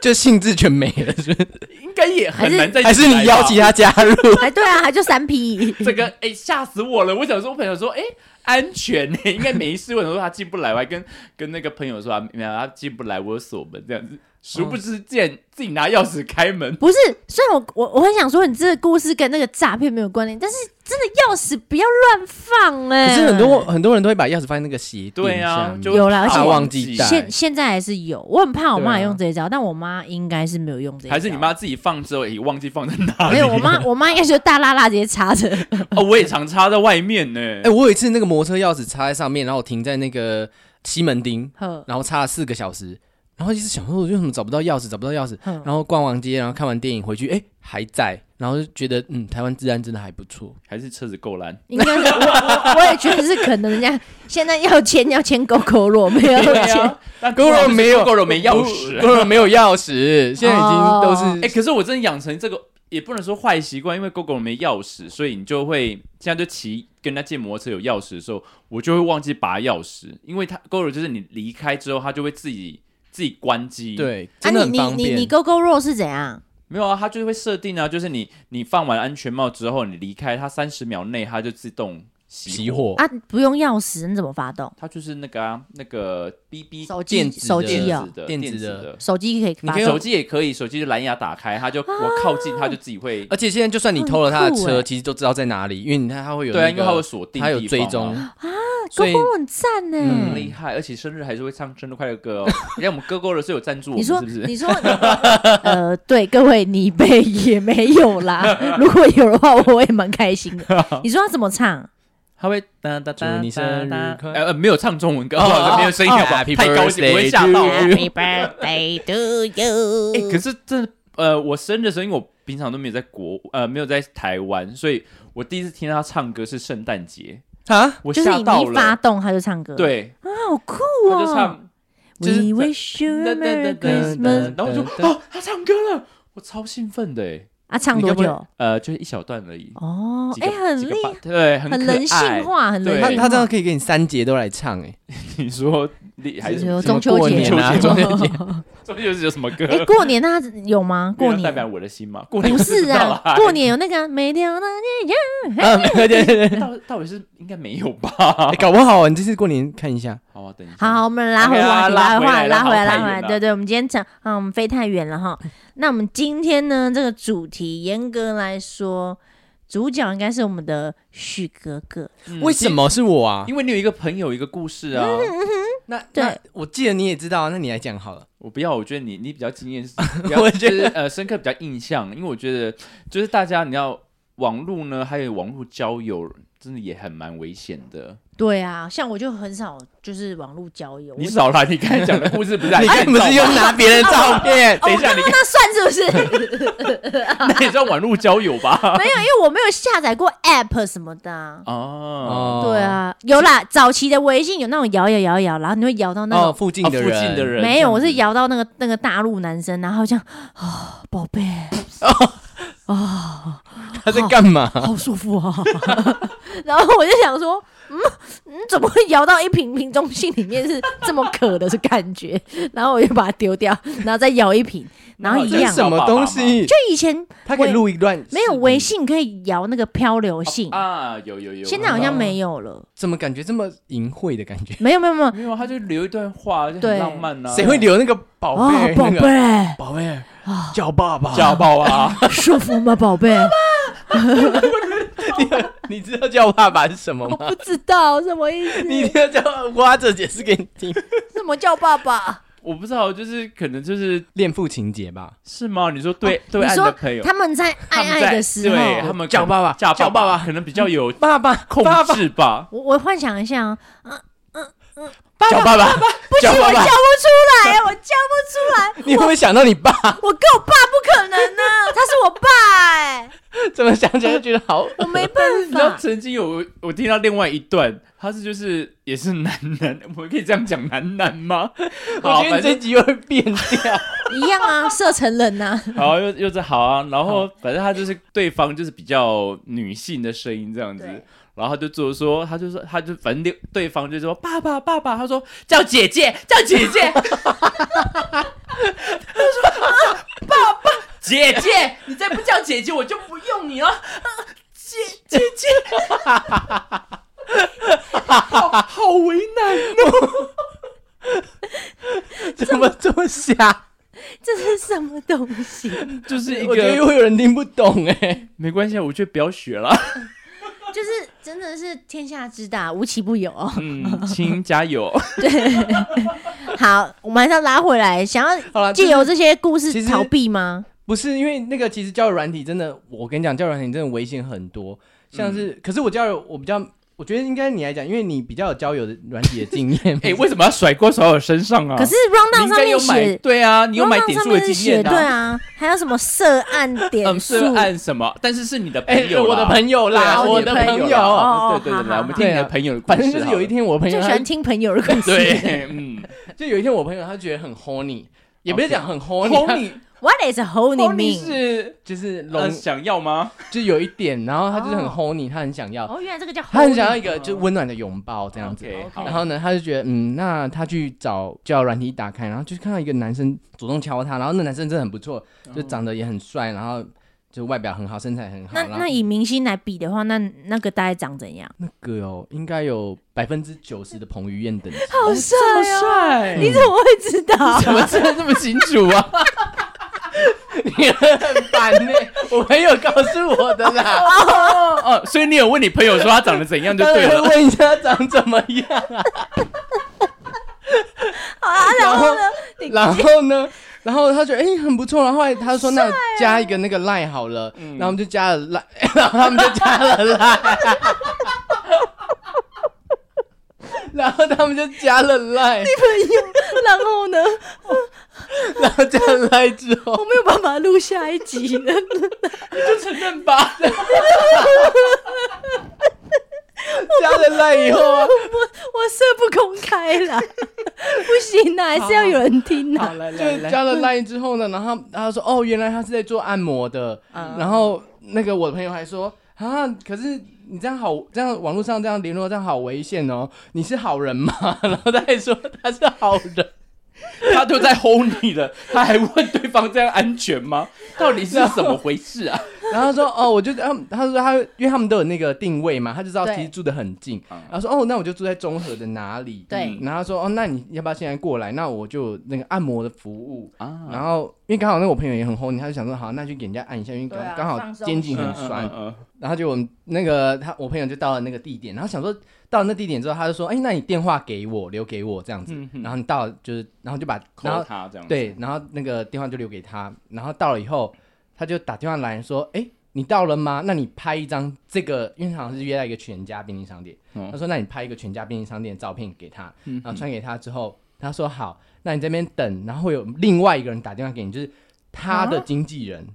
S4: 就兴致全没了，是不是
S2: 应该也很难再
S4: 还是
S2: 进来
S4: 你
S2: 吧
S4: 邀请他加 入？
S5: 哎，对啊，还就三 P，
S2: 这个哎吓、死我了！我想说，我朋友说，哎、安全呢、 应该没事。我想说他进不来，我还跟跟那个朋友说啊，没有他进不来，我有锁门这样子。殊不知，竟然自己拿钥匙开门，
S5: 不是。虽然我我我很想说，你这个故事跟那个诈骗没有关联，但是真的钥匙不要乱放哎、
S4: 可是很多很多人都会把钥匙放在那个鞋
S2: 对
S4: 垫下
S2: 啊
S4: 面，
S2: 就
S5: 有啦而且
S2: 怕
S4: 忘记带
S5: 现现在还是有，我很怕我妈
S4: 对啊
S5: 也用这一招，但我妈应该是没有用这一招。
S2: 还是你妈自己放之后也忘记放在哪里？
S5: 没有，我妈我妈应该就大拉拉直接插着。
S2: 哦，我也常插在外面呢、
S4: 哎、我有一次那个摩托车钥匙插在上面，然后我停在那个西门町，
S5: 呵
S4: 然后插了四个小时，然后一直想说，我为什么找不到钥匙，找不到钥匙？
S5: 哼
S4: 然后逛完街，然后看完电影回去，哎、还在，然后就觉得嗯，台湾治安真的还不错。
S2: 还是车子够烂？
S5: 应该是我我我也觉得是可能，人家现在要签要签狗狗 裸，没有
S2: 对
S5: 签。
S2: 啊，但
S4: Goro 没有
S2: Goro 没钥 匙。啊
S4: 多人没有钥匙，现在已经都是、
S5: 哦
S2: 哎、可是我真的养成这个，也不能说坏习惯，因为 GoGo 没钥匙，所以你就会现在就骑跟他借摩托车有钥匙的时候，我就会忘记拔钥匙，因为他 GoGo 就是你离开之后，他就会自己自己关机。，
S4: 对，
S5: 啊，
S4: 真
S5: 你
S4: 的很
S5: 你
S4: 方
S5: 你
S4: 便。
S5: 你勾勾肉是怎样？
S2: 没有啊，他就是会设定啊，就是你你放完安全帽之后，你离开他三十秒内，他就自动
S4: 熄
S2: 熄火。
S4: 火，
S5: 啊，不用钥匙，你怎么发动？
S2: 他就是那个啊，那个 BB
S5: 手
S4: 电
S5: 机
S4: 子的
S5: 手
S2: 电
S5: 机哦
S2: 子，的
S4: 电子
S2: 子
S4: 的
S2: 的。
S5: 手机可以发
S4: 你可以
S5: 动。
S2: 手机也可以，手机就蓝牙打开，它就我靠近它就自己会，
S4: 而且现在就算你偷了他的
S5: 很酷
S4: 车，
S5: 哎
S4: 其实都知道在哪里，因为你看他会有、那
S2: 对啊，因为它会
S4: 个
S2: 锁定，啊
S4: 他有追踪，
S5: 勾
S4: 所以
S5: 勾肉很赞呢。
S2: 很厉害，而且生日还是会唱生日快乐歌哦。 人家我们哥哥的是有赞助我
S5: 你
S2: 们，
S5: 说，
S2: 是不是？
S5: 你 说，呃，对，各位，你被也没有 啦。如果有的话，我也蛮开心的。你说要怎么唱？
S2: 他会哒哒
S4: 祝你生日快乐
S2: 呃，呃没有唱中文歌，
S4: 哦
S2: 没有声音，好吧？
S4: Happy
S2: 太高兴，
S4: birthday
S2: 我会吓到。
S4: to you
S2: 哎，
S5: birthday to you
S2: 可是这呃，我生日的时候，因为我平常都没有在国呃没有在台湾，所以我第一次听他唱歌是圣诞节，
S4: 啊，
S2: 我
S5: 就是
S2: 吓
S5: 你
S2: 到
S5: 一发
S2: 了。
S5: 动他就唱歌，，
S2: 对，
S5: 好酷
S2: 他就
S5: 哦。
S2: 唱，就是
S5: We wish you a merry
S4: 噔噔
S5: Christmas。
S2: 然后我就哦，他唱歌了，我超兴奋的哎。
S5: 啊，唱
S4: 你
S5: 多
S4: 该不会
S5: 久？
S2: 呃，就是一小段而已。
S5: 哦，
S2: 几
S5: 哎，
S2: 个
S5: 很
S2: 几
S5: 厉
S2: 个吧对，很
S5: 很
S2: 可
S5: 人
S2: 爱
S5: 性。化，很人
S2: 对
S4: 他
S5: 性化。
S4: 他这样可以给你三节都来唱、哎，
S2: 你说厉还是
S5: 有
S4: 什
S5: 中
S4: 么
S5: 秋
S4: 过
S5: 节
S4: 年啊，中
S2: 中
S4: 秋节。
S2: 这不就是有什么歌？
S5: 哎，过年那有吗？过
S2: 没有代表
S5: 年
S2: 我的心嘛？过年
S5: 不是啊，过
S2: 年
S5: 年有那个啊每天有那个
S4: 啊，对对 对对，
S2: 哎到到底是应该没有吧
S4: 哎？搞不好你这次过年看一下，
S2: 好，啊等一下。
S5: 好，我们拉回
S2: OK
S5: 话
S2: 啊
S5: 题，
S2: 拉
S5: 回话题，
S2: 回来
S5: 拉回来，
S2: 拉
S5: 拉
S2: 回
S5: 回
S2: 来
S5: 来。对对，我们今天讲，啊，我们飞太远了哈。那我们今天呢，这个主题严格来说，主角应该是我们的许哥哥。
S2: 嗯，
S4: 为什么是我啊？
S2: 因为你有一个朋友，一个故事啊。
S4: 那
S5: 对
S4: 那我记得你也知道，那你来讲好了。
S2: 我不要，我觉得你你比较经验，
S4: 我
S2: 我
S4: 觉得
S2: 呃深刻比较印象，因为我觉得就是大家你要网络呢，还有网络交友，真的也很蛮危险的。
S5: 对啊，像我就很少就是网络交友，我啊
S2: 你少来，你刚才讲的故事哎不是还
S4: 你
S2: 按
S4: 看不
S2: 照
S4: 是
S2: 吗
S4: 又拿别人照片？
S2: 等一下，你
S5: 那算是不是？
S2: 那也叫网络交友吧？
S5: 没有，因为我没有下载过 App 什么的、啊。
S2: 哦，
S4: 哦
S5: 对，啊，有啦，早期的微信有那种摇摇摇摇，然后你会摇到那
S4: 哦，
S5: 种。
S4: 附近
S2: 啊
S4: 的
S2: 附
S4: 人，
S2: 近的人
S5: 没有，我
S2: 这样
S5: 是
S2: 子
S5: 摇到那个那个大陆男生，然后这样啊，宝贝，
S4: 他在干嘛？
S5: 好舒服啊。 然后我就想说，嗯嗯，怎么会摇到一瓶瓶中信里面是这么渴的这感觉？ 然后我就把它丢掉，然后再摇一瓶，然后一
S4: 这
S5: 样
S4: 是。什么东西？
S5: 就以前
S4: 他可以录一段，
S5: 没有微，信可以摇那个漂流信，
S2: 啊，有有有，
S5: 现在好像没有了。
S4: 怎么感觉这么淫秽的感觉？
S5: 没有没有没有，
S2: 没有，他就留一段话，就很
S5: 对
S2: 浪漫啊。
S4: 谁会留那个宝
S5: 啊
S4: 贝？，
S5: 宝
S4: 那个，
S5: 贝，哦
S4: 宝贝，叫爸 爸，
S2: 家暴 啊？
S5: 舒服吗，宝贝？
S4: 你知道叫爸爸是什么吗？
S5: 不知道什么意思？
S4: 你一定要叫挖着解释给你听。
S5: 什么叫爸爸？
S2: 我不知道，就是可能就是
S4: 恋父情节吧，
S2: 是吗？你说对对
S6: 你
S2: 岸
S6: 说
S2: 的朋友，
S6: 他们在
S2: 他
S6: 爱
S2: 们
S6: 爱
S2: 在
S6: 的时候，
S2: 对他们
S4: 叫爸爸
S2: 叫
S4: 叫爸
S2: 爸
S4: 爸
S2: 可能比较有
S4: 爸爸
S2: 控
S4: 啊 爸爸
S2: 制吧，
S6: 我我幻想一下啊，
S2: 叫爸爸，叫
S5: 我
S2: 爸
S5: 叫
S2: 爸，
S5: 不
S6: 啊
S5: 出来，我叫不出来，
S4: 你会不会想到你爸？
S5: 我跟我爸不可能呢、
S6: 啊
S5: 他是我爸哎、
S4: 怎么想起来就觉得好恶？
S6: 我没办
S2: 你知 道
S6: 法，
S2: 曾经有我听到另外一段，他是就是也是男男，我可以这样讲男男吗？好，
S4: 我觉得
S2: 反
S4: 你这
S2: 正
S4: 集会变掉。
S6: 一样啊，射成人呐、
S2: 好又又是好啊，然后反正他就是对方就是比较女性的声音这样子
S5: 对，
S2: 然后他就做说，他就说他就反正对对方就说爸爸爸爸，他说叫姐姐叫姐姐，他说、啊、爸爸姐姐，你再不叫姐姐我就不用你了，啊姐姐姐。好好为难 哦
S4: 怎么这么瞎？
S6: 这是什么东西？
S2: 就是一
S4: 我觉得
S2: 个
S4: 会有人听不懂哎、
S2: 没关系，啊，我觉得不要学了。
S6: 就是真的是天下之大，无奇不有。哦
S2: 嗯， 亲加油！
S6: 好，我们还是要拉回来，想
S4: 好
S6: 要
S4: 啦
S6: 借由这些故
S4: 其
S6: 事
S4: 实
S6: 逃避吗？
S4: 不是因为那个，其实交友软体真的，我跟你讲，交友软体真的危险很多。像是，
S2: 嗯
S4: 可是我交友，我比较，我觉得应该你来讲，因为你比较有交友的软体的经 验。
S2: 哎、为什么要甩锅甩我身上啊？
S6: 可是
S2: 你
S6: round down
S2: 应
S6: 上
S2: 该有
S6: 面
S2: 买，
S6: 写，
S2: 对啊，你有
S6: round
S2: 买
S6: down
S2: 点
S6: 上
S2: 数的
S6: 面是
S2: 经
S6: 写
S2: 验
S6: 对啊，还有什么涉案点
S2: 嗯，
S6: 数？
S2: 是按什么？但是是你的朋
S4: 哎、
S2: 友啦，
S4: 我的朋友
S2: 对
S4: 啦，
S2: 啊
S4: 哎我
S2: 是你的
S4: 的朋
S2: 朋
S4: 友，
S6: 友
S2: 哦，对对对，
S6: 哦
S2: 来，
S6: 好
S2: 我们听你
S4: 好
S2: 的
S4: 好
S2: 朋友的故事。
S4: 反正就是有一天我朋友
S6: 最喜
S4: 他
S6: 欢听朋友的故
S2: 好了，
S6: 事。
S2: 对，嗯，
S4: 就有一天我朋友他觉得很 horny，也不是
S2: OK
S4: 讲很 horny，
S2: Tony，
S6: What is a holy
S2: Tony
S6: mean？
S2: 是
S4: 就是龙
S2: 呃，想要吗？
S4: 就有一点，然后他就是很
S6: 哦
S4: horny，他很想要，
S6: 哦，原来这个叫 holy。
S4: 他很想要一个就是温暖的拥抱这样子。
S2: OK，好
S4: 然后呢，他就觉得，嗯，那他去找叫软体打开，然后就看到一个男生主动敲他，然后那男生真的很不错，就长得也很帅，然后就外表很好，身材很好。
S6: 那
S4: 然后
S6: 那以明星来比的话，那那个大概长怎样？
S4: 那个哦，应该有百分之九十的彭于晏等级。
S6: 好帅
S2: 这么！帅，
S6: 你怎么会知 道？
S4: 怎么知道这么清楚啊？你很烦呢、 我朋友告诉我的啦。
S2: 哦哦，所以你有问你朋友说他长得怎样就
S4: 当
S2: 对
S4: 然会
S2: 了。
S4: 问一下他长怎么样啊？
S6: 啊，然后呢？
S4: 然后呢？然后他觉得哎、很不错，然后后来他就说
S2: 啊
S4: 那加一个那个赖好了，
S2: 嗯
S4: 然后我们就加了赖，然后他们就加了赖，然后他们就加了赖，
S6: 然后呢？
S4: 然后加了赖之后
S6: 我，没有办法录下一集了，
S2: 承认吧，
S4: 加了赖以后 啊，
S6: 我设不公开啦，不行啊啦，还是要有人听啊啦。
S2: 来来
S4: 就加了 line 之后呢，然后他他说哦，原来他是在做按摩的，然后那个我的朋友还说啊，可是你这样好，这样网络上这样联络，这样好危险哦，你是好人吗？ 然后他还说他是好人，
S2: 他都在轰你了，他还问对方这样安全吗？到底是怎么回事啊？
S4: 然后他说哦，我就他们他说他因为他们都有那个定位嘛，他就知道
S6: 对
S4: 其实住的很近，
S2: 嗯
S4: 然后说哦，那我就住在中和的哪里，
S6: 对
S4: 然后他说哦，那你要不要现在过来？那我就有那个按摩的服务，
S2: 啊
S4: 然后因为刚好那我朋友也很红，他就想说好，那就给人家按一下，因为刚、
S5: 对啊
S4: 刚好
S5: 放松
S4: 肩
S2: 嗯
S4: 颈很酸，然后就我们那个他我朋友就到了那个地点，然后想说到了那地点之后，他就说，哎、那你电话给我，留给我这样子，
S2: 嗯哼
S4: 然后你到了就是，然后就把然
S2: 扣
S4: 后
S2: 他这样子
S4: 对，然后那个电话就留给他，然后到了以后，他就打电话来说，哎、你到了吗？那你拍一张这个，因为他好像是约在一个全家便利商店，
S2: 嗯
S4: 他说那你拍一个全家便利商店的照片给他，
S2: 嗯
S4: 然后传给他之后，他说好，那你这边等，然后会有另外一个人打电话给你，就是他的经纪人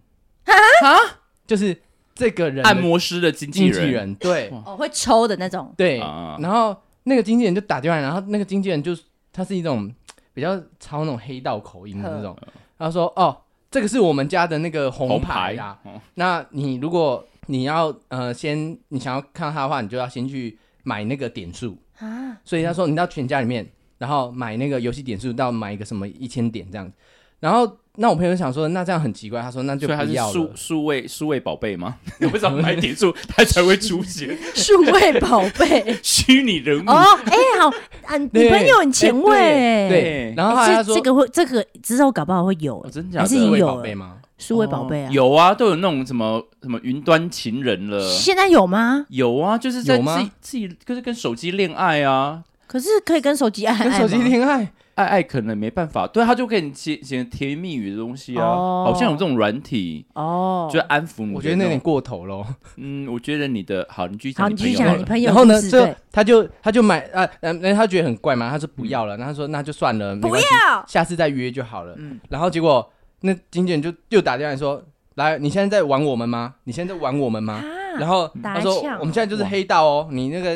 S4: 啊，就是这个人的
S2: 按摩师的经纪
S4: 经
S2: 人，
S4: 纪人，对
S2: 哇
S6: 哦，会抽的那种，
S4: 对，
S2: 啊
S4: 然后那个经纪人就打电话来，然后那个经纪人就是他是一种比较操那种黑道口音的那种，他说哦，这个是我们家的那个红
S2: 红
S4: 牌
S2: 牌
S4: 啦，
S2: 哦
S4: 那你如果你要呃先你想要看到他的话，你就要先去买那个点数啊。所以他说你到全家里面，然后买那个游戏点数，到买一个什么一千点这样子。然后那我朋友想说，那这样很奇怪，他说那就
S2: 所以他
S4: 不
S2: 是
S4: 要
S2: 数
S4: 了。
S2: 数位数位宝贝吗？你为什么买点数他才会出现？
S6: 数位宝贝。
S2: 虚拟人物
S6: 哦，哎、好， 啊，
S4: 对
S6: 你朋友很前卫、哎
S4: 对对
S2: 哎
S4: 然后后来
S6: 哎这
S4: 他说
S6: 这个会，这个之后搞不好会有、
S2: 哦
S6: 哎
S2: 真假的
S6: 还是已
S4: 数
S6: 经
S4: 位
S6: 有
S4: 宝
S6: 了
S4: 贝吗？
S6: 数位宝
S4: 哦
S6: 贝啊、
S2: 有啊，都有那种什么什么云端情人了。
S6: 现在有吗？
S2: 有啊，就是在
S4: 有吗
S2: 自己自己就是跟手机恋爱啊，
S6: 可是可以跟手机爱爱
S4: 跟手机啊
S6: 吗
S4: 恋爱，
S2: 爱爱可能没办法，对他就给你写写甜言蜜语的东西啊，
S7: 哦
S2: 好像有这种软体，
S7: 哦，
S2: 就安抚你。
S4: 我觉得那有点，过头喽。
S2: 嗯，我觉得你的好，你继续
S7: 好，
S2: 讲
S7: 你
S2: 你
S7: 继续
S2: 朋友
S7: 讲
S2: 好
S7: 你
S2: 了。
S7: 朋友
S4: 然后呢
S7: 故，事
S4: 最后
S7: 对
S4: 他就他就买啊，然然后他觉得很怪嘛，他说不要了，然后他说那就算
S7: 嗯
S4: 了，没
S5: 不
S4: 关系，啊
S5: 要，
S4: 下次再约就好了。
S2: 嗯
S4: 然后结果那经纪人就又打电话来说，来，你现在在玩我们吗？你现在在玩我们
S5: 啊
S4: 吗？然后
S7: 啊打
S4: 他说
S7: 来呛哦
S4: 我们现在就是黑道哦，你那个，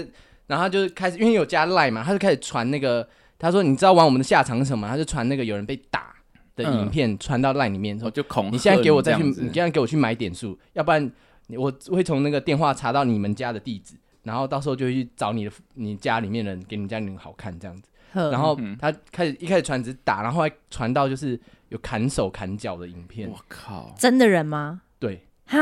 S4: 然后他就开始因为有加赖嘛，他就开始传那个，他说你知道玩我们的下场是什么？他就传那个有人被打的
S2: 嗯
S4: 影片传到赖里面，说
S2: 我就恐吓
S4: 你现在给我再去，
S2: 这样子
S4: 你现在给我去买点数，要不然你我会从那个电话查到你们家的地址，然后到时候就会去找你的你家里面人，给你们家里人好看这样子。然后
S2: 嗯
S4: 他开始一开始传只是打，然后后来传到就是有砍手砍脚的影片，
S2: 我靠，
S7: 真的人吗？
S4: 对，
S7: 哈，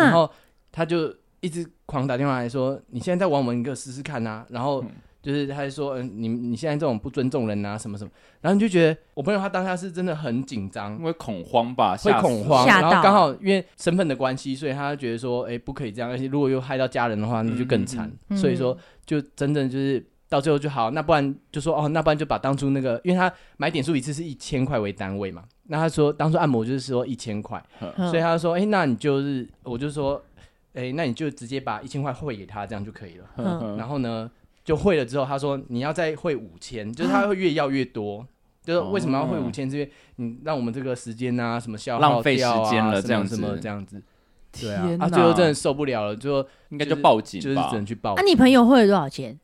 S4: 然后他就一直狂打电话来说，你现在在玩我们一个试试看啊，然后
S2: 嗯
S4: 就是他就说，嗯、你你现在这种不尊重人啊，什么什么，然后你就觉得我朋友他当下是真的很紧张，
S2: 因为恐慌吧，
S4: 会
S2: 吓死
S4: 恐
S2: 了
S4: 慌，
S7: 吓
S4: 然
S7: 到
S4: 后刚好因为身份的关系，所以他觉得说，哎、不可以这样，而且如果又害到家人的话，那就更惨。
S7: 嗯
S4: 所以说，就真正就是到最后就好，那不然就说哦，那不然就把当初那个，因为他买点数一次是一千块为单位嘛，那他说当初按摩就是说一千块，
S7: 嗯
S4: 所以他就说，哎、那你就是，我就说，哎、那你就直接把一千块汇给他，这样就可以了。
S2: 呵呵
S4: 然后呢，就汇了之后，他说你要再汇五千，就是他会越要越 多。就是为什么要汇
S2: 哦
S4: 五千？是因为你让我们这个时间啊，什么消耗、
S2: 浪费时间了
S4: 这
S2: 这样子
S4: 什么这样子，对啊，
S2: 天
S4: 啊，
S2: 哪
S4: 最后真的受不了了，最后
S2: 应该
S4: 就
S2: 就是报警
S4: 就是
S2: 吧
S4: 只。能去报
S7: 啊
S5: 啊那、，你朋友汇了多少钱？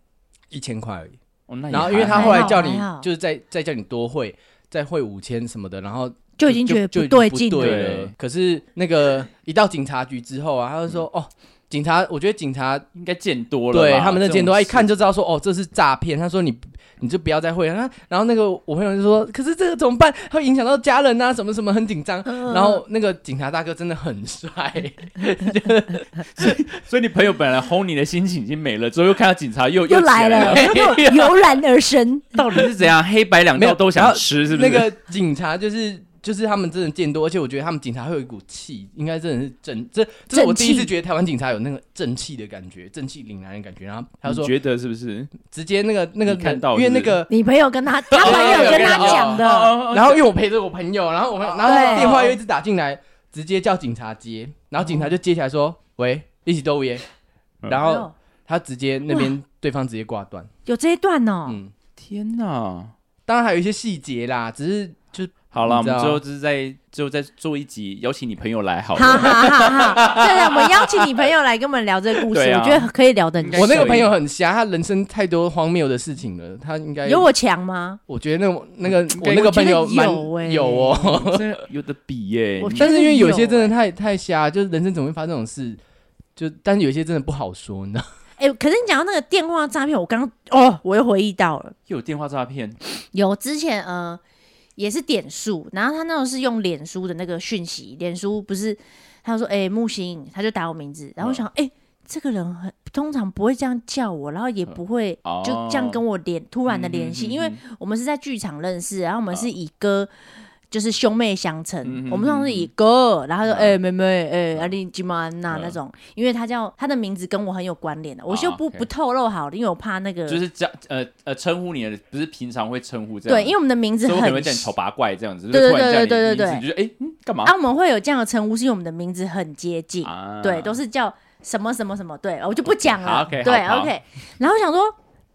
S4: 一千块而已。
S2: 哦那也
S4: 然后
S2: 还
S4: 因为他
S2: 好
S4: 后来叫
S5: 还
S4: 你
S5: 好，
S4: 就是再再叫你多汇，再汇五千什么的，然后
S7: 就已经觉得
S4: 就
S7: 不
S4: 已经
S7: 对
S4: 不
S7: 劲了。
S4: 对
S2: 了
S4: 了。可是那个一到警察局之后啊，他就说
S2: 嗯
S4: 哦，警察，我觉得警察
S2: 应该见多了吧，
S4: 对他们那监督，
S2: 这种
S4: 他
S2: 事
S4: 一看就知道说，哦，这是诈骗。他说你你就不要再汇了。那然后那个我朋友就说，可是这个怎么办？它会影响到家人啊，什么什么，很紧张。然后那个警察大哥真的很帅，
S2: 所以你朋友本来轰你的心情已经没了，之后又看到警察又
S5: 又
S2: 起
S5: 来
S2: 来
S5: 了， 油然而生。
S2: 到底是怎样？黑白两
S4: 没有
S2: 道都
S4: 然
S2: 想
S4: 后
S2: 吃， 是不
S4: 那
S2: 是？
S4: 个警察就是。就是他们真的见多，而且我觉得他们警察会有一股气，应该真的是正，这这是我
S5: 正气
S4: 第一次觉得台湾警察有那个正气的感觉，正气凛然的感觉。然后他
S2: 你
S4: 说
S2: 觉得是不是？
S4: 直接那个那个
S2: 你看到
S4: 因为那
S2: 是不是
S4: 个
S5: 你朋友跟他，他朋友跟他讲
S2: 哦
S5: 的，
S2: 哦哦哦
S4: 然后因为我陪着我朋友，然后我们，然后那个
S5: 哦对
S4: 电话又一直打进来，直接叫警察接，然后警
S5: 哦
S4: 察就接起来说：“喂，一起都耶。”
S2: 嗯
S4: 然
S5: 哎
S4: 后
S5: 呦
S4: 他直接那边对方直接挂断。
S5: 有这一段哦。
S4: 嗯，
S2: 天哪！
S4: 当然还有一些细节啦，只是就
S2: 好了，我
S4: 你知
S2: 们
S4: 道
S2: 之后就是在之后再做一集，邀请你朋友来好
S5: 哈
S2: 了。
S5: 哈哈哈！对的，我们邀请你朋友来跟我们聊这个故事，
S2: 对啊
S5: 我觉得可以聊的很
S2: 应该
S4: 我那
S2: 是
S4: 个朋友很瞎，他人生太多荒谬的事情了，他应该
S5: 有我强吗？
S4: 我觉得那种那个
S2: 该
S4: 我那个
S5: 我觉
S4: 朋
S5: 得
S4: 友蛮
S5: 有欸
S4: 有哦，
S2: 真的有的比耶、
S5: 我
S2: 你
S4: 但是因为有些
S5: 有欸
S4: 真的太太瞎，就是人生怎么会发生这种事？就但是有些真的不好说，你知道吗。
S5: 哎、可是你讲到那个电话诈骗，我刚哦，我又回忆到了，
S2: 又有电话诈骗，
S5: 有之前呃也是点数，然后他那种是用脸书的那个讯息，脸书不是他说哎、木星，他就打我名字，然后我想
S2: 嗯
S5: 哎、这个人很通常不会这样叫我，然后也不会
S2: 哦嗯
S5: 就这样跟我联突
S2: 突
S5: 然的联系，因为我们是在剧场认识，然后我们
S2: 啊
S5: 是以歌。就是兄妹相称，
S2: 嗯嗯
S5: 我们通常是以歌，然后他说：“
S2: 嗯
S5: 哎、妹妹，哎、阿丽吉玛安娜
S2: 嗯
S5: 那种，因为他叫他的名字跟我很有关联的，我就
S2: 啊
S5: 不、
S2: ，OK
S5: 不透露好了，因为我怕那个
S2: 就是这样，呃呃，称呼你的不是平常会称呼这样，
S5: 对，因为我们的名字
S2: 所以我可
S5: 很
S2: 能会叫你丑八怪这样子，就
S5: 对
S2: 是突然叫你
S5: 对对对对
S2: 名字你就觉得哎，嗯干嘛
S5: 啊，我们会有这样的称呼，是因为我们的名字很接近，
S2: 啊
S5: 对，都是叫什么什么什么，对，我就不讲
S2: 好
S5: 了，
S2: ，OK，
S5: 对
S2: 好好
S5: ，OK。然后我想说，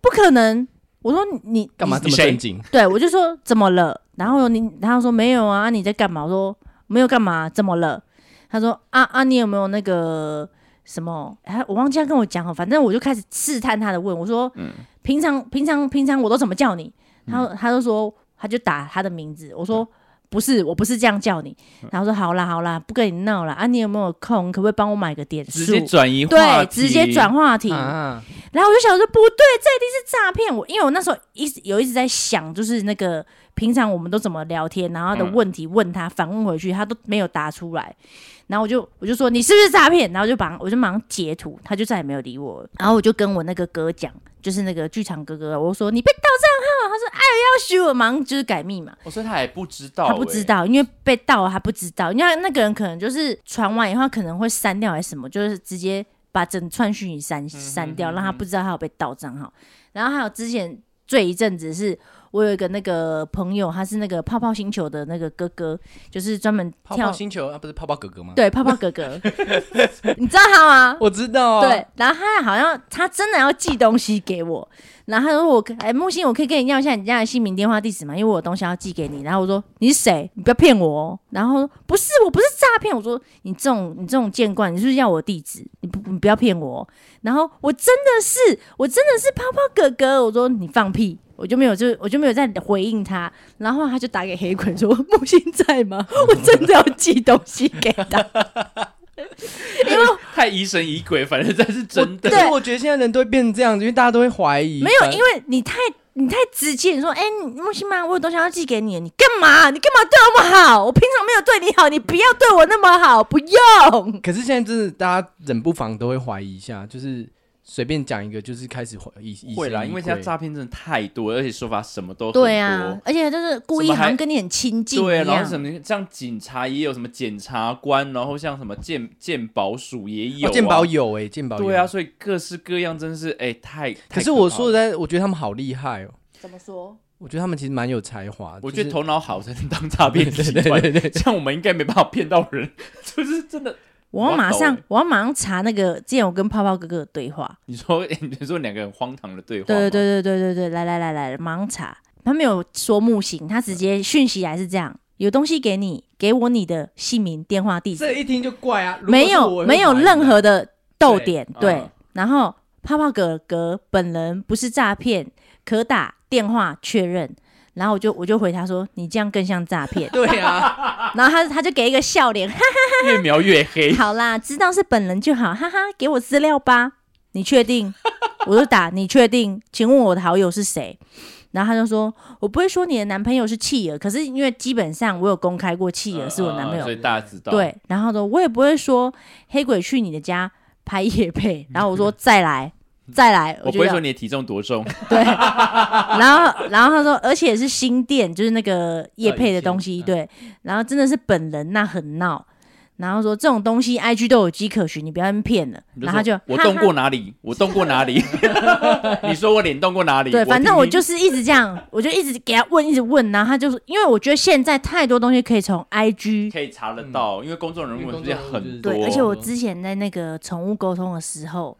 S5: 不可能，我说你你
S4: 干嘛
S2: 你
S4: 这么
S2: 谁
S4: 正经？
S5: 对我就说怎么了？然后你他说没有啊，啊你在干嘛？我说没有干嘛，怎么了？他说啊啊，你有没有那个什么？他我忘记他跟我讲了，反正我就开始试探他的问，我说、
S2: 嗯
S5: 平常平常平常我都怎么叫你？他他就说他就打他的名字，我
S2: 嗯
S5: 说。不是，我不是这样叫你。然后说好啦好啦，不跟你闹了啊！你有没有空？可不可以帮我买个点
S2: 直
S5: 数
S2: 接？转移话
S5: 对，
S2: 题，
S5: 直接转话题。
S4: 啊，
S5: 然后我就想说，不对，这一定是诈骗。我因为我那时候一直有一直在想，就是那个平常我们都怎么聊天，然后他的
S2: 嗯
S5: 问题问他，反问回去，他都没有答出来。然后我就我就说你是不是诈骗？然后就把我就马上截图，他就再也没有理我了。然后我就跟我那个哥讲，就是那个剧场哥哥，我说你被盗账号，他说哎呦要许我，马上就是改密码。
S2: 哦，所以他也不知道，欸
S5: 他不
S4: 欸
S5: 知，道，因为被盗了，他不知道。因为那个人可能就是传完以后，他可能会删掉还是什么，就是直接把整串讯息
S4: 嗯
S5: 删删掉，让他不知道他有被盗账号。然后还有之前最一阵子是我有一个那个朋友，他是那个泡泡星球的那个哥哥，就是专门
S4: 泡
S5: 跳
S4: 泡星球啊，不是泡泡哥哥吗？，
S5: 对泡泡哥 哥，你知道他吗？
S4: 我知道啊。
S5: 对，然后他好像他真的要寄东西给我，然后他说我可哎木星，我可以跟你要一下你家的姓名、电话、地址吗？因为我有东西要寄给你。然后我说你是谁？你不要骗我哦。然后他说不是，我不是诈骗。我说你这种你这种见惯，你是不是要我地址？你不你不要骗我哦。然后我真的是我真的是泡泡哥哥。我说你放屁。我就没有，就我就没有再回应他，然后他就打给黑鬼说：“木星在吗？我真的要寄东西给他。”
S2: 太疑神疑鬼，反正才是真的。
S4: 可是我觉得现在人都会变成这样子，因为大家都会怀疑。
S5: 没有，因为你太你太直接，你说，哎、你木星妈，我有东西要寄给你，你干嘛？你干嘛对我那么好？我平常没有对你好，你不要对我那么好，不用。
S4: 可是现在真的，大家忍不防都会怀疑一下，就是随便讲一个，就是开始怀疑。疑
S2: 会啦，
S4: 神疑
S2: 因为现在
S4: 鬼
S2: 诈骗真的太多，而且手法什么都很多
S5: 对啊，而且就是故意
S2: 什么还
S5: 好像跟你很亲近
S2: 对，啊
S5: 一
S2: 然后
S5: 样
S2: 什。么像警察也有什么检察官，然后像什么鉴鉴宝署也有、啊，
S4: 哦鉴宝有哎，鉴宝有
S2: 对啊，，所以各式各样，真是哎、太。
S4: 可
S2: 太
S4: 是我
S2: 怕
S4: 说实
S2: 了，
S4: 在，我觉得他们好厉害哦。
S5: 怎么说？
S4: 我觉得他们其实蛮有才华的。
S2: 我觉得
S4: 就是
S2: 头脑好才能当诈骗集团，
S4: 对
S2: 像我们应该没办法骗到人， 就是真的。
S5: 我要马
S2: 我要
S5: 上
S2: 抖欸，
S5: 我要马上查那个之前我跟泡泡哥哥的对话。
S2: 你说，哎你说两个很荒唐的对话，
S5: 对对，对对对对对，来来来来，盲查，他没有说木星，他直接讯息来是这样：有东西给你，给我你的姓名、电话、地址。
S4: 这一听就怪啊，如果
S5: 没
S4: 是我
S5: 有
S4: 也会
S5: 没有
S4: 怀疑
S5: 任
S4: 啊
S5: 何的逗
S4: 对。
S5: 点，
S2: 嗯
S5: 对。然后泡泡哥哥本人不是诈骗，可打电话确认。然后我就我就回他说：“你这样更像诈骗
S4: 对啊，”
S5: 然后他他就给一个笑 脸，哈
S2: 越描越黑。
S5: 好啦，知道是本人就好，哈哈，给我资料吧。你确定？我就打你确定？请问我的好友是谁？然后他就说：“我不会说你的男朋友是弃儿，可是因为基本上我有公开过弃儿是我男朋友
S2: 嗯所以大家知道。
S5: 对，然后呢，我也不会说黑鬼去你的家拍夜配，然后 我说再来。再来，
S2: 我不
S5: 我就
S2: 会
S5: 要
S2: 说你的体重多重，
S5: 对， 然后然后他说，而且是新店，就是那个夜
S4: 呃
S5: 配
S4: 以
S5: 的
S4: 前
S5: 东西，
S4: 嗯
S5: 对，然后真的是本人那很闹，然后说这种东西 IG 都有迹可循，你不要被骗了，
S2: 你
S5: 然后他就
S2: 说我
S5: 哈
S2: 动
S5: 哈
S2: 过哪里，我动过哪 里，你说我脸动过哪里？
S5: 对，反正我
S2: 听听
S5: 就是一直这样，我就一直给他问，一直问，然后他就是因为我觉得现在太多东西可以从 IG
S2: 可以查得
S4: 嗯
S2: 到，因为公众人物也很多。嗯
S5: 对，而且我之前在那个宠物沟通的时候，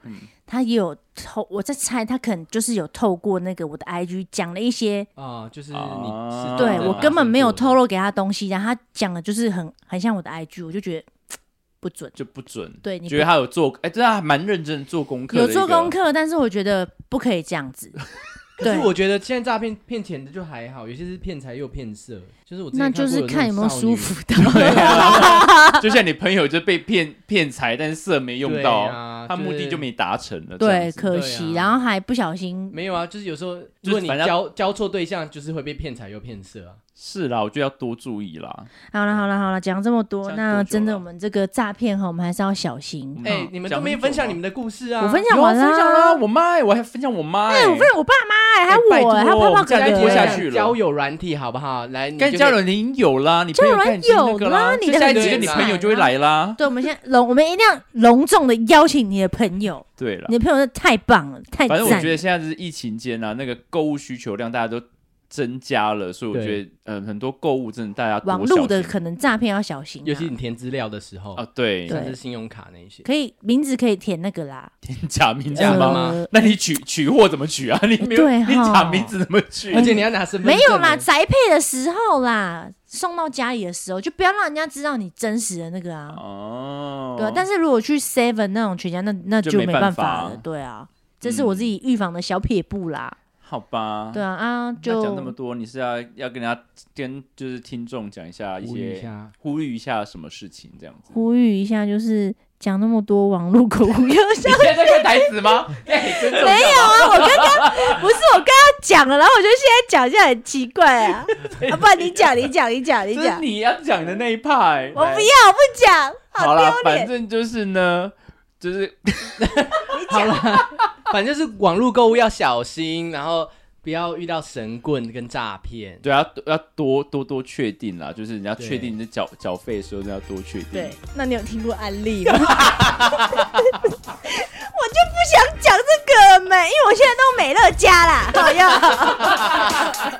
S5: 他也有透，我在猜他可能就是有透过那个我的 IG 讲了一些，
S4: 啊，就是你
S2: 啊
S4: 是
S5: 对
S4: 真的
S5: 我
S4: 发
S5: 根本
S4: 生
S5: 没有
S4: 过的
S5: 透露给他东西，然后他讲的就是很很像我的 IG，我就觉得嘖不准。
S2: 就不准，
S5: 对你不
S2: 觉得他有做，哎，真的还蛮认真做功课的一
S5: 有
S2: 个，
S5: 做功课，但是我觉得不可以这 样子。
S4: 可
S5: 对
S4: 是，我觉得现在诈骗骗钱的就还好，有些是骗财又骗色，就是我之前
S5: 那就
S4: 过
S5: 是看有
S4: 有
S5: 没
S4: 那
S5: 有
S4: 种
S5: 舒
S4: 少女
S5: 服 到。
S2: 啊 就像你朋友就被骗骗财，但是色没用到，
S4: 对啊
S2: 他
S4: 就
S2: 目的
S4: 是
S2: 就没达成了。这样
S5: 对，
S2: 子
S5: 可
S4: 对
S5: 惜，
S4: 啊
S5: 然后还不小心。
S4: 没有啊，就是有时候如果你
S2: 反正
S4: 交交错对象，就是会被骗财又骗色啊。
S2: 是啦，我就要多注意啦。
S5: 好了好了好了，讲这么
S2: 这
S5: 多，
S2: 样多
S5: 那
S2: 久
S5: 真的
S2: 了
S5: 我们这个诈骗哈，我们还是要小心。
S2: 嗯
S4: 哎，你们都没分享你们的故事啊？
S5: 我分
S2: 讲
S5: 享
S2: 多
S5: 完
S2: 久啊有啊分享啦，我妈欸，我还分享我妈欸，
S5: 哎，我分享我爸妈欸，还
S2: 哎拜
S5: 有我欸，还有
S2: 托
S5: 泡泡
S2: 这
S5: 哥
S2: 样
S4: 来
S2: 一
S5: 哥
S2: 直
S4: 分
S2: 下
S5: 欸。
S4: 享
S2: 去了
S4: 交友软体好不好？来，你
S2: 跟
S4: 就
S2: 交
S4: 可以
S2: 友已经有啦，你朋友
S5: 交友
S2: 看已经那个啦，
S5: 有啦
S2: 就下一
S5: 你的
S2: 集
S5: 很啊
S2: 就你朋友就会
S5: 精彩
S2: 来啦。
S5: 对，我们现在隆，我们一定要隆重的邀请你的朋友，
S2: 对啦，
S5: 你的朋友真的太棒了，太
S2: 反
S5: 赞
S2: 正
S5: 了。
S2: 我觉得现在就是疫情间啊，那个购物需求量大家都增加了，所以我
S4: 对
S2: 觉得嗯，很多购物真的大家多
S5: 网络的
S2: 小心
S5: 可能诈骗要小心、
S4: 尤其你
S5: 啊，
S4: 填资料的时候
S2: 啊，，对，
S5: 对
S4: 甚至信用卡那一些。
S5: 可以名字可以填那个啦，
S2: 假名
S4: 这样
S2: 字
S4: 吗
S2: 吗？
S5: 呃
S2: 那你取取货怎么取啊？ 你没有，
S5: 对
S2: 你
S5: 哈
S2: 假名字怎么取？
S4: 而且你要拿身份
S5: 没有啦，
S4: 证啊
S5: 宅配的时候啦，送到家里的时候，就不要让人家知道你真实的那个啊。
S2: 哦，
S5: 对啊，但是如果去 Seven 那种全家，那那
S2: 就
S5: 就
S2: 没
S5: 没
S2: 办
S5: 办
S2: 法
S5: 了。对啊，这是我
S2: 嗯
S5: 自己预防的小撇步啦。
S2: 好吧，
S5: 对啊啊，
S2: 那
S5: 就
S2: 讲那么多，你是要要跟大家跟就是听众讲一下一
S4: 呼吁一
S2: 些
S4: 下。
S2: 呼吁一下什么事情这样子？
S5: 呼吁一下，就是讲那么多网络口 误，又
S2: 你现在在看台词吗？ 哎，尊重一下
S5: 没有啊，我刚刚不是我刚刚讲了，然后我就现在讲一下很奇怪 啊，啊，不然你讲，你讲，你讲，你
S2: 这是
S5: 讲，
S2: 你要讲的那一派。
S5: 我不要，我不讲，
S2: 好
S5: 丢
S2: 啦，
S5: 脸
S2: 反正就是呢，就是
S4: 好了，反正就是网络购物要小心，然后不要遇到神棍跟诈骗。
S2: 对，啊要要多多多确定啦，就是你要
S4: 对
S2: 确定你的缴缴费的时候，真的要多确定。
S5: 对，那你有听过案例吗？我就 不想讲这个了没，因为我现在都美乐家啦，好呀。